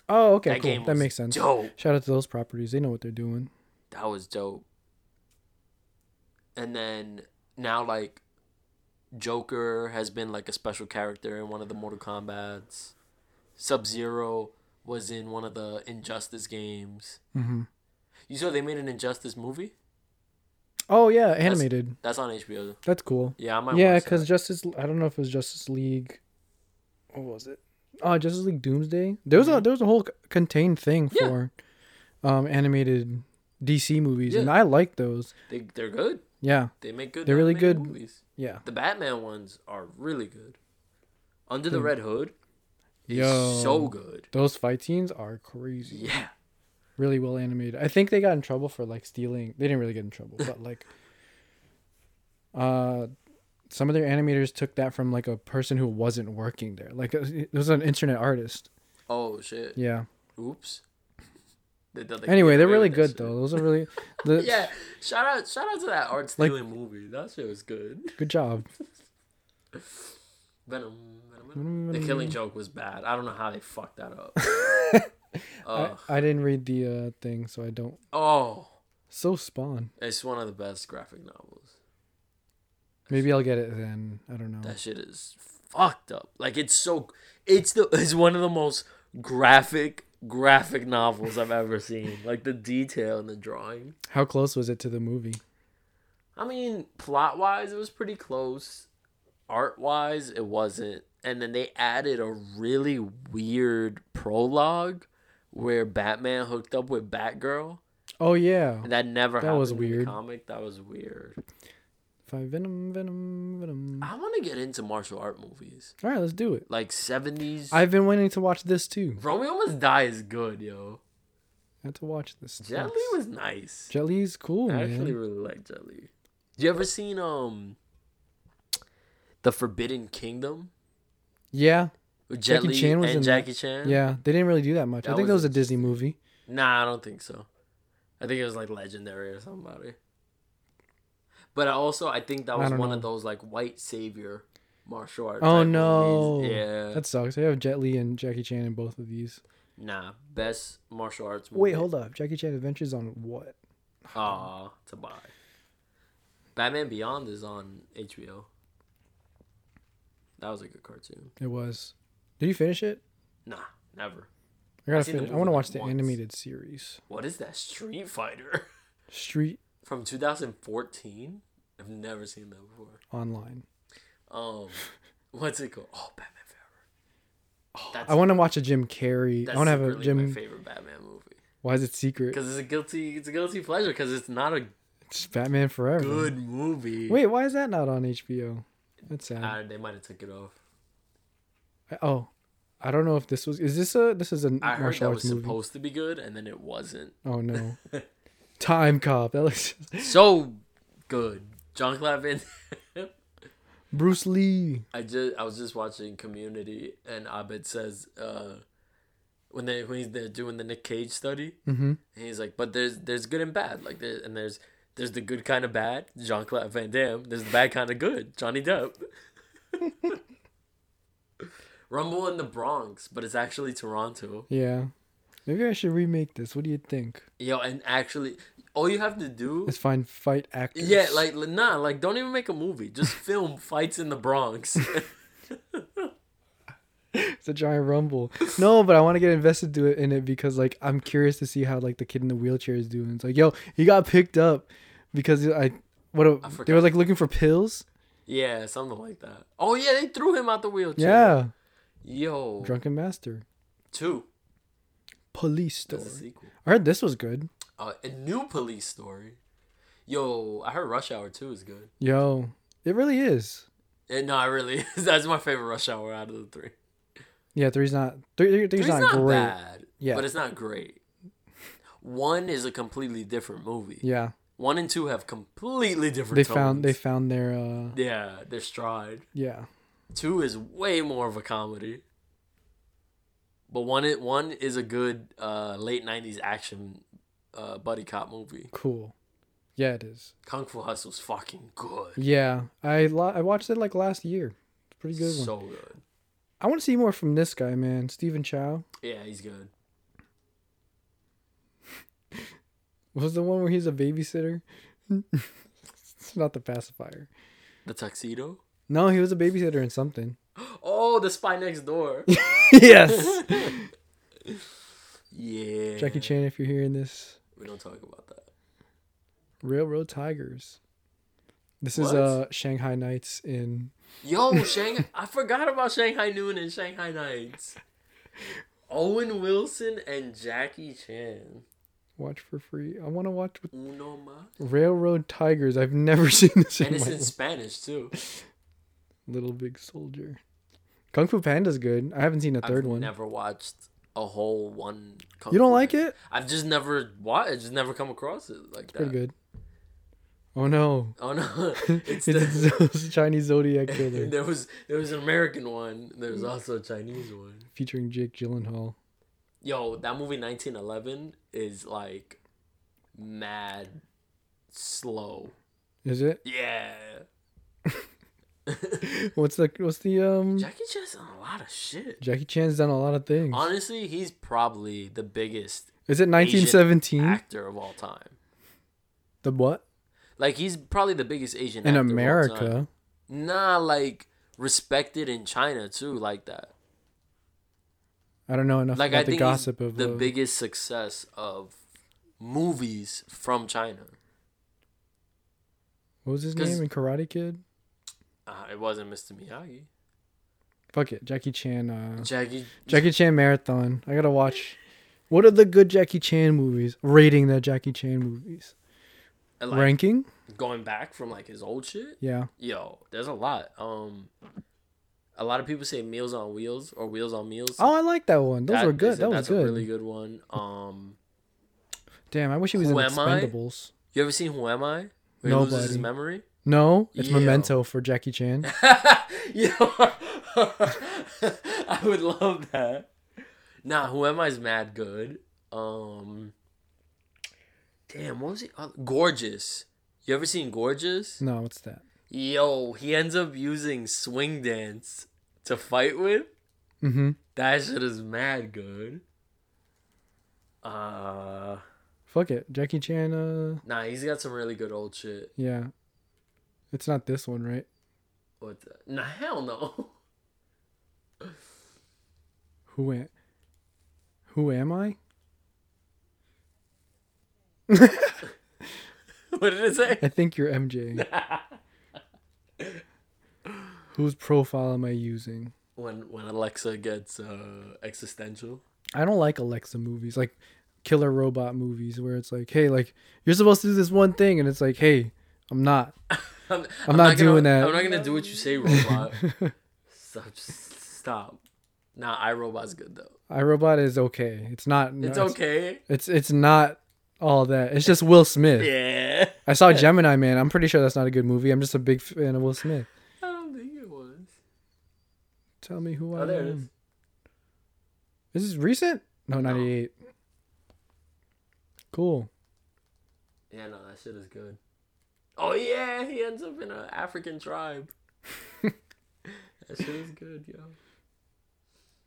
[SPEAKER 2] Oh, okay.
[SPEAKER 3] that
[SPEAKER 2] cool.
[SPEAKER 3] game
[SPEAKER 2] that
[SPEAKER 3] was
[SPEAKER 2] makes sense.
[SPEAKER 3] Dope.
[SPEAKER 2] Shout out to those properties. They know what they're doing.
[SPEAKER 3] That was dope. And then now like Joker has been like a special character in one of the Mortal Kombats. Sub Zero was in one of the Injustice games.
[SPEAKER 2] Mm-hmm.
[SPEAKER 3] You saw they made an Injustice movie?
[SPEAKER 2] Oh yeah, animated. That's,
[SPEAKER 3] That's on HBO.
[SPEAKER 2] cool.
[SPEAKER 3] Yeah, I might
[SPEAKER 2] Yeah,
[SPEAKER 3] watch that.
[SPEAKER 2] because Justice. I don't know if it was Justice League. What was it? Oh, Justice League Doomsday. There was a there was a whole c- contained thing
[SPEAKER 3] Mm-hmm. Yeah.
[SPEAKER 2] for um animated DC movies, and
[SPEAKER 3] Yeah.
[SPEAKER 2] I like those.
[SPEAKER 3] they they're good.
[SPEAKER 2] Yeah,
[SPEAKER 3] They make good
[SPEAKER 2] They're really
[SPEAKER 3] animated
[SPEAKER 2] good.
[SPEAKER 3] movies.
[SPEAKER 2] yeah.
[SPEAKER 3] The Batman ones are really good. Under the Red Hood is
[SPEAKER 2] Yo.
[SPEAKER 3] so good.
[SPEAKER 2] Those fight scenes are crazy.
[SPEAKER 3] Yeah.
[SPEAKER 2] Really well animated. I think they got in trouble for like stealing. They didn't really get in trouble, but like, uh, some of their animators took that from like a person who wasn't working there. Like it was an internet artist.
[SPEAKER 3] Oh shit.
[SPEAKER 2] Yeah.
[SPEAKER 3] Oops. They thought they could
[SPEAKER 2] Anyway,
[SPEAKER 3] get
[SPEAKER 2] they're
[SPEAKER 3] away
[SPEAKER 2] really
[SPEAKER 3] with that
[SPEAKER 2] good
[SPEAKER 3] shit.
[SPEAKER 2] though. Those are really the,
[SPEAKER 3] Yeah. Shout out shout out to that art stealing movie. That shit was good.
[SPEAKER 2] good job.
[SPEAKER 3] Venom. Venom, Venom. The Killing Joke was bad. I don't know how they fucked that up. Ugh.
[SPEAKER 2] I didn't read the uh, thing, so I don't.
[SPEAKER 3] oh,
[SPEAKER 2] So Spawn.
[SPEAKER 3] it's one of the best graphic novels.
[SPEAKER 2] Maybe I'll get it then. I don't know.
[SPEAKER 3] That shit is fucked up. Like it's so it's the it's one of the most graphic graphic novels I've ever seen. Like the detail and the drawing.
[SPEAKER 2] How close was it to the movie?
[SPEAKER 3] I mean, plot wise, it was pretty close. Art wise, it wasn't. And then they added a really weird prologue where Batman hooked up with Batgirl.
[SPEAKER 2] Oh yeah.
[SPEAKER 3] And that never
[SPEAKER 2] That
[SPEAKER 3] happened
[SPEAKER 2] was
[SPEAKER 3] in the
[SPEAKER 2] weird.
[SPEAKER 3] comic. That was weird.
[SPEAKER 2] Five Venom, Venom, Venom.
[SPEAKER 3] I want to get into martial art movies.
[SPEAKER 2] All right, let's do it.
[SPEAKER 3] Like 70s.
[SPEAKER 2] I've been waiting to watch this too.
[SPEAKER 3] Romeo Must Die is good, yo.
[SPEAKER 2] I had to watch this.
[SPEAKER 3] Jet Li was nice.
[SPEAKER 2] Jelly's cool,
[SPEAKER 3] I
[SPEAKER 2] man.
[SPEAKER 3] actually really like Jet Li. You ever seen um The Forbidden Kingdom?
[SPEAKER 2] Yeah,
[SPEAKER 3] With Jet
[SPEAKER 2] Jackie
[SPEAKER 3] Li
[SPEAKER 2] Chan was
[SPEAKER 3] and
[SPEAKER 2] in that.
[SPEAKER 3] Jackie Chan?
[SPEAKER 2] yeah. They didn't really do that much.
[SPEAKER 3] That
[SPEAKER 2] I think that
[SPEAKER 3] was
[SPEAKER 2] was a Disney movie.
[SPEAKER 3] Nah, I don't think so. I think it was like Legendary or somebody. But I also I think that
[SPEAKER 2] I
[SPEAKER 3] was
[SPEAKER 2] don't
[SPEAKER 3] one of
[SPEAKER 2] know.
[SPEAKER 3] those like white savior martial arts.
[SPEAKER 2] Oh no.
[SPEAKER 3] Yeah.
[SPEAKER 2] That sucks. They have Jet Li and Jackie Chan in both of these.
[SPEAKER 3] nah, best martial arts movie.
[SPEAKER 2] Wait, hold up. Jackie Chan Adventures on what?
[SPEAKER 3] Aw, to buy. Batman Beyond is on HBO. That was a good cartoon.
[SPEAKER 2] It was. Did you finish it?
[SPEAKER 3] Nah, never.
[SPEAKER 2] I gotta
[SPEAKER 3] seen the
[SPEAKER 2] finish. I
[SPEAKER 3] movie
[SPEAKER 2] want to
[SPEAKER 3] like
[SPEAKER 2] watch the
[SPEAKER 3] once.
[SPEAKER 2] animated series.
[SPEAKER 3] What is that Street Fighter
[SPEAKER 2] Street
[SPEAKER 3] from 2014? I've never seen that before.
[SPEAKER 2] Online.
[SPEAKER 3] Um, what's it called? Oh, Batman Forever. That's,
[SPEAKER 2] Oh, I want to watch a Jim Carrey. I
[SPEAKER 3] that's
[SPEAKER 2] want to have a
[SPEAKER 3] secretly my
[SPEAKER 2] Jim.
[SPEAKER 3] favorite Batman movie
[SPEAKER 2] Why is it secret?
[SPEAKER 3] because it's a guilty, it's a guilty pleasure because it's not a
[SPEAKER 2] It's Batman Forever.
[SPEAKER 3] good movie.
[SPEAKER 2] Wait, why is that not on HBO? That's sad.
[SPEAKER 3] Ah, they might have took it off.
[SPEAKER 2] I- oh, I don't know if this was. Is this a? This is a
[SPEAKER 3] I heard
[SPEAKER 2] martial
[SPEAKER 3] that was
[SPEAKER 2] arts movie.
[SPEAKER 3] supposed to be good and then it wasn't.
[SPEAKER 2] Oh no. Time Cop. That looks.
[SPEAKER 3] So good, John Clav Van. Damme.
[SPEAKER 2] Bruce Lee.
[SPEAKER 3] I just I was just watching Community, and Abed says uh, when they when he's, they're doing the Nick Cage study, mm-hmm. he's like, but there's there's good and bad, like there and there's there's the good kind of bad, Jean Claude Van Damme. There's the bad kind of good, Johnny Depp. Rumble in the Bronx, but it's actually Toronto.
[SPEAKER 2] Yeah. Maybe I should remake this. What do you think?
[SPEAKER 3] Yo, and actually, all you have to do,
[SPEAKER 2] Let's find fight actors.
[SPEAKER 3] yeah, like nah, like don't even make a movie. Just film fights in the Bronx.
[SPEAKER 2] it's a giant rumble. No, but I want to get invested to it in it because like I'm curious to see how like the kid in the wheelchair is doing. It's like, yo, he got picked up because I what a, they were
[SPEAKER 3] forgot.
[SPEAKER 2] like looking for pills.
[SPEAKER 3] Yeah, something like that. Oh yeah, they threw him out the wheelchair.
[SPEAKER 2] Yeah,
[SPEAKER 3] Yo.
[SPEAKER 2] drunken master,
[SPEAKER 3] Two.
[SPEAKER 2] police
[SPEAKER 3] That's a
[SPEAKER 2] story.
[SPEAKER 3] sequel.
[SPEAKER 2] I heard this was good.
[SPEAKER 3] Uh, a new police story. Yo, I heard Rush Hour 2 is good.
[SPEAKER 2] Yo, it really is.
[SPEAKER 3] Eh, no, I really That's my favorite Rush Hour out of the three.
[SPEAKER 2] Yeah, three's not three, three's,
[SPEAKER 3] Three's
[SPEAKER 2] not,
[SPEAKER 3] not,
[SPEAKER 2] great.
[SPEAKER 3] bad.
[SPEAKER 2] Yeah.
[SPEAKER 3] But it's not great. One is a completely different movie.
[SPEAKER 2] Yeah,
[SPEAKER 3] One and two have completely different
[SPEAKER 2] they
[SPEAKER 3] tones.
[SPEAKER 2] found they found their uh
[SPEAKER 3] Yeah, they're stride.
[SPEAKER 2] yeah.
[SPEAKER 3] Two is way more of a comedy. But one it one is a good uh, late nineties action uh, buddy cop movie.
[SPEAKER 2] Cool. Yeah, it is.
[SPEAKER 3] Kung Fu Hustle's fucking good.
[SPEAKER 2] Yeah, I lo- I watched it like last year. It's a pretty good one.
[SPEAKER 3] So good.
[SPEAKER 2] I want to see more from this guy, man. Stephen Chow.
[SPEAKER 3] Yeah, he's good.
[SPEAKER 2] Was the one where he's a babysitter? it's not the pacifier.
[SPEAKER 3] The tuxedo.
[SPEAKER 2] No, he was a babysitter in something.
[SPEAKER 3] Oh, the spy next door.
[SPEAKER 2] yes.
[SPEAKER 3] yeah.
[SPEAKER 2] Jackie Chan, if you're hearing this,
[SPEAKER 3] We don't talk about that.
[SPEAKER 2] Railroad Tigers. This is
[SPEAKER 3] What?
[SPEAKER 2] uh Shanghai Nights in
[SPEAKER 3] Yo, Shanghai. I forgot about Shanghai Noon and Shanghai Nights. Owen Wilson and Jackie Chan.
[SPEAKER 2] Watch for Free. I want to watch with
[SPEAKER 3] Uno mas.
[SPEAKER 2] Railroad Tigers. I've never seen this in
[SPEAKER 3] And it's
[SPEAKER 2] my
[SPEAKER 3] in Spanish too.
[SPEAKER 2] Little Big Soldier. Kung Fu Panda's good. I haven't seen a 3rd
[SPEAKER 3] I've
[SPEAKER 2] one.
[SPEAKER 3] Never watched a whole one. Kung
[SPEAKER 2] you don't
[SPEAKER 3] Fu
[SPEAKER 2] like
[SPEAKER 3] movie.
[SPEAKER 2] it?
[SPEAKER 3] I've just never watched. I just never come across it like that.
[SPEAKER 2] Pretty good. Oh no.
[SPEAKER 3] Oh no,
[SPEAKER 2] It's
[SPEAKER 3] it's the,
[SPEAKER 2] a Chinese Zodiac killer.
[SPEAKER 3] there was there was an American one. There
[SPEAKER 2] Mm.
[SPEAKER 3] was also a Chinese one.
[SPEAKER 2] featuring Jake Gyllenhaal.
[SPEAKER 3] Yo, that movie 1911 is like mad slow.
[SPEAKER 2] Is it?
[SPEAKER 3] Yeah.
[SPEAKER 2] what's the what's the um?
[SPEAKER 3] Jackie Chan's done a lot of shit.
[SPEAKER 2] Jackie Chan's done a lot of things.
[SPEAKER 3] Honestly, he's probably the biggest
[SPEAKER 2] Is it
[SPEAKER 3] Asian
[SPEAKER 2] 1917?
[SPEAKER 3] actor of all time.
[SPEAKER 2] The what?
[SPEAKER 3] Like he's probably the biggest Asian
[SPEAKER 2] In
[SPEAKER 3] actor of all time.
[SPEAKER 2] America.
[SPEAKER 3] Nah, like respected in China too, like that.
[SPEAKER 2] I don't know enough
[SPEAKER 3] Like
[SPEAKER 2] about
[SPEAKER 3] I
[SPEAKER 2] the
[SPEAKER 3] think
[SPEAKER 2] gossip
[SPEAKER 3] he's
[SPEAKER 2] of
[SPEAKER 3] the
[SPEAKER 2] uh,
[SPEAKER 3] biggest success of movies from China.
[SPEAKER 2] What was his
[SPEAKER 3] 'cause-
[SPEAKER 2] name in Karate Kid?
[SPEAKER 3] Uh, it wasn't Mr. Miyagi.
[SPEAKER 2] Fuck it, Jackie Chan. Uh,
[SPEAKER 3] Jackie
[SPEAKER 2] Jackie Chan marathon. I gotta watch. What are the good Jackie Chan movies? Rating the Jackie Chan movies.
[SPEAKER 3] like,
[SPEAKER 2] Ranking?
[SPEAKER 3] going back from like his old shit.
[SPEAKER 2] Yeah.
[SPEAKER 3] Yo, there's a lot. Um, a lot of people say Meals on Wheels or Wheels on Meals.
[SPEAKER 2] Oh, I like that one. Those
[SPEAKER 3] That
[SPEAKER 2] were good.
[SPEAKER 3] is a-
[SPEAKER 2] that was
[SPEAKER 3] that's
[SPEAKER 2] good.
[SPEAKER 3] a really good one. Um,
[SPEAKER 2] Damn, I wish he was
[SPEAKER 3] Who
[SPEAKER 2] in
[SPEAKER 3] Am I?
[SPEAKER 2] Expendables.
[SPEAKER 3] you ever seen Who Am I? Where he loses his
[SPEAKER 2] Nobody.
[SPEAKER 3] memory.
[SPEAKER 2] No, it's
[SPEAKER 3] Yeah.
[SPEAKER 2] Memento for Jackie Chan.
[SPEAKER 3] Yo, I would love that. Nah, Who Am I is mad good. Um, damn, what was he? Uh, Gorgeous. You ever seen Gorgeous?
[SPEAKER 2] no, what's that?
[SPEAKER 3] Yo, he ends up using swing dance to fight with.
[SPEAKER 2] Mm-hmm.
[SPEAKER 3] That shit is mad good. Uh,
[SPEAKER 2] Fuck it, Jackie Chan. Uh,
[SPEAKER 3] nah, he's got some really good old shit.
[SPEAKER 2] yeah. It's not this one, right?
[SPEAKER 3] What? The, nah, hell no.
[SPEAKER 2] Who am? Who am I?
[SPEAKER 3] what did it say?
[SPEAKER 2] I think you're MJ. Whose profile am I using?
[SPEAKER 3] When when Alexa gets uh existential.
[SPEAKER 2] I don't like Alexa movies, like killer robot movies, where it's like, hey, like you're supposed to do this one thing, and it's like, hey, I'm not.
[SPEAKER 3] I'm,
[SPEAKER 2] I'm not doing
[SPEAKER 3] gonna,
[SPEAKER 2] that.
[SPEAKER 3] I'm not gonna do what you say, robot. stop, stop. Nah, iRobot's good though.
[SPEAKER 2] iRobot is okay. It's not.
[SPEAKER 3] It's
[SPEAKER 2] no,
[SPEAKER 3] okay.
[SPEAKER 2] It's it's not all that. It's just Will Smith.
[SPEAKER 3] Yeah.
[SPEAKER 2] I saw Gemini Man. I'm pretty sure that's not a good movie. I'm just a big fan of Will Smith.
[SPEAKER 3] I don't think it was.
[SPEAKER 2] Tell me who
[SPEAKER 3] Oh,
[SPEAKER 2] I
[SPEAKER 3] there it is.
[SPEAKER 2] am. Is this recent? No, 98. Cool.
[SPEAKER 3] Yeah, no, that shit is good. Oh yeah, he ends up in an African tribe. that shit is good, yo.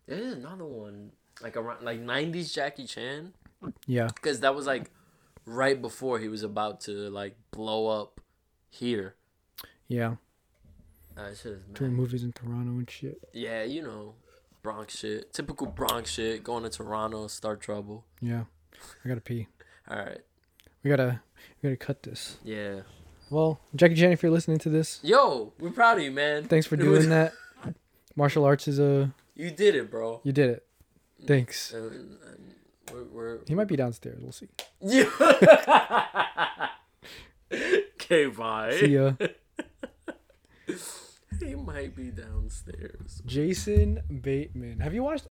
[SPEAKER 3] There's another one like around like '90s Jackie Chan
[SPEAKER 2] Yeah.
[SPEAKER 3] because that was like right before he was about to like blow up here.
[SPEAKER 2] Yeah.
[SPEAKER 3] That shit is mad.
[SPEAKER 2] Doing movies in Toronto and shit.
[SPEAKER 3] Yeah, you know, Bronx shit. Typical Bronx shit. Going to Toronto, start trouble.
[SPEAKER 2] Yeah. I gotta pee.
[SPEAKER 3] All right.
[SPEAKER 2] We gotta we gotta cut this.
[SPEAKER 3] Yeah.
[SPEAKER 2] Well, Jackie Chan, if you're listening to this,
[SPEAKER 3] Yo, we're proud of you, man.
[SPEAKER 2] thanks for
[SPEAKER 3] It was-
[SPEAKER 2] doing that. Martial arts is a
[SPEAKER 3] You did it, bro.
[SPEAKER 2] you did it. Thanks.
[SPEAKER 3] And- and we're, we're...
[SPEAKER 2] He might be downstairs. We'll see.
[SPEAKER 3] okay, bye.
[SPEAKER 2] See ya.
[SPEAKER 3] He might be downstairs.
[SPEAKER 2] Jason Bateman. Have you watched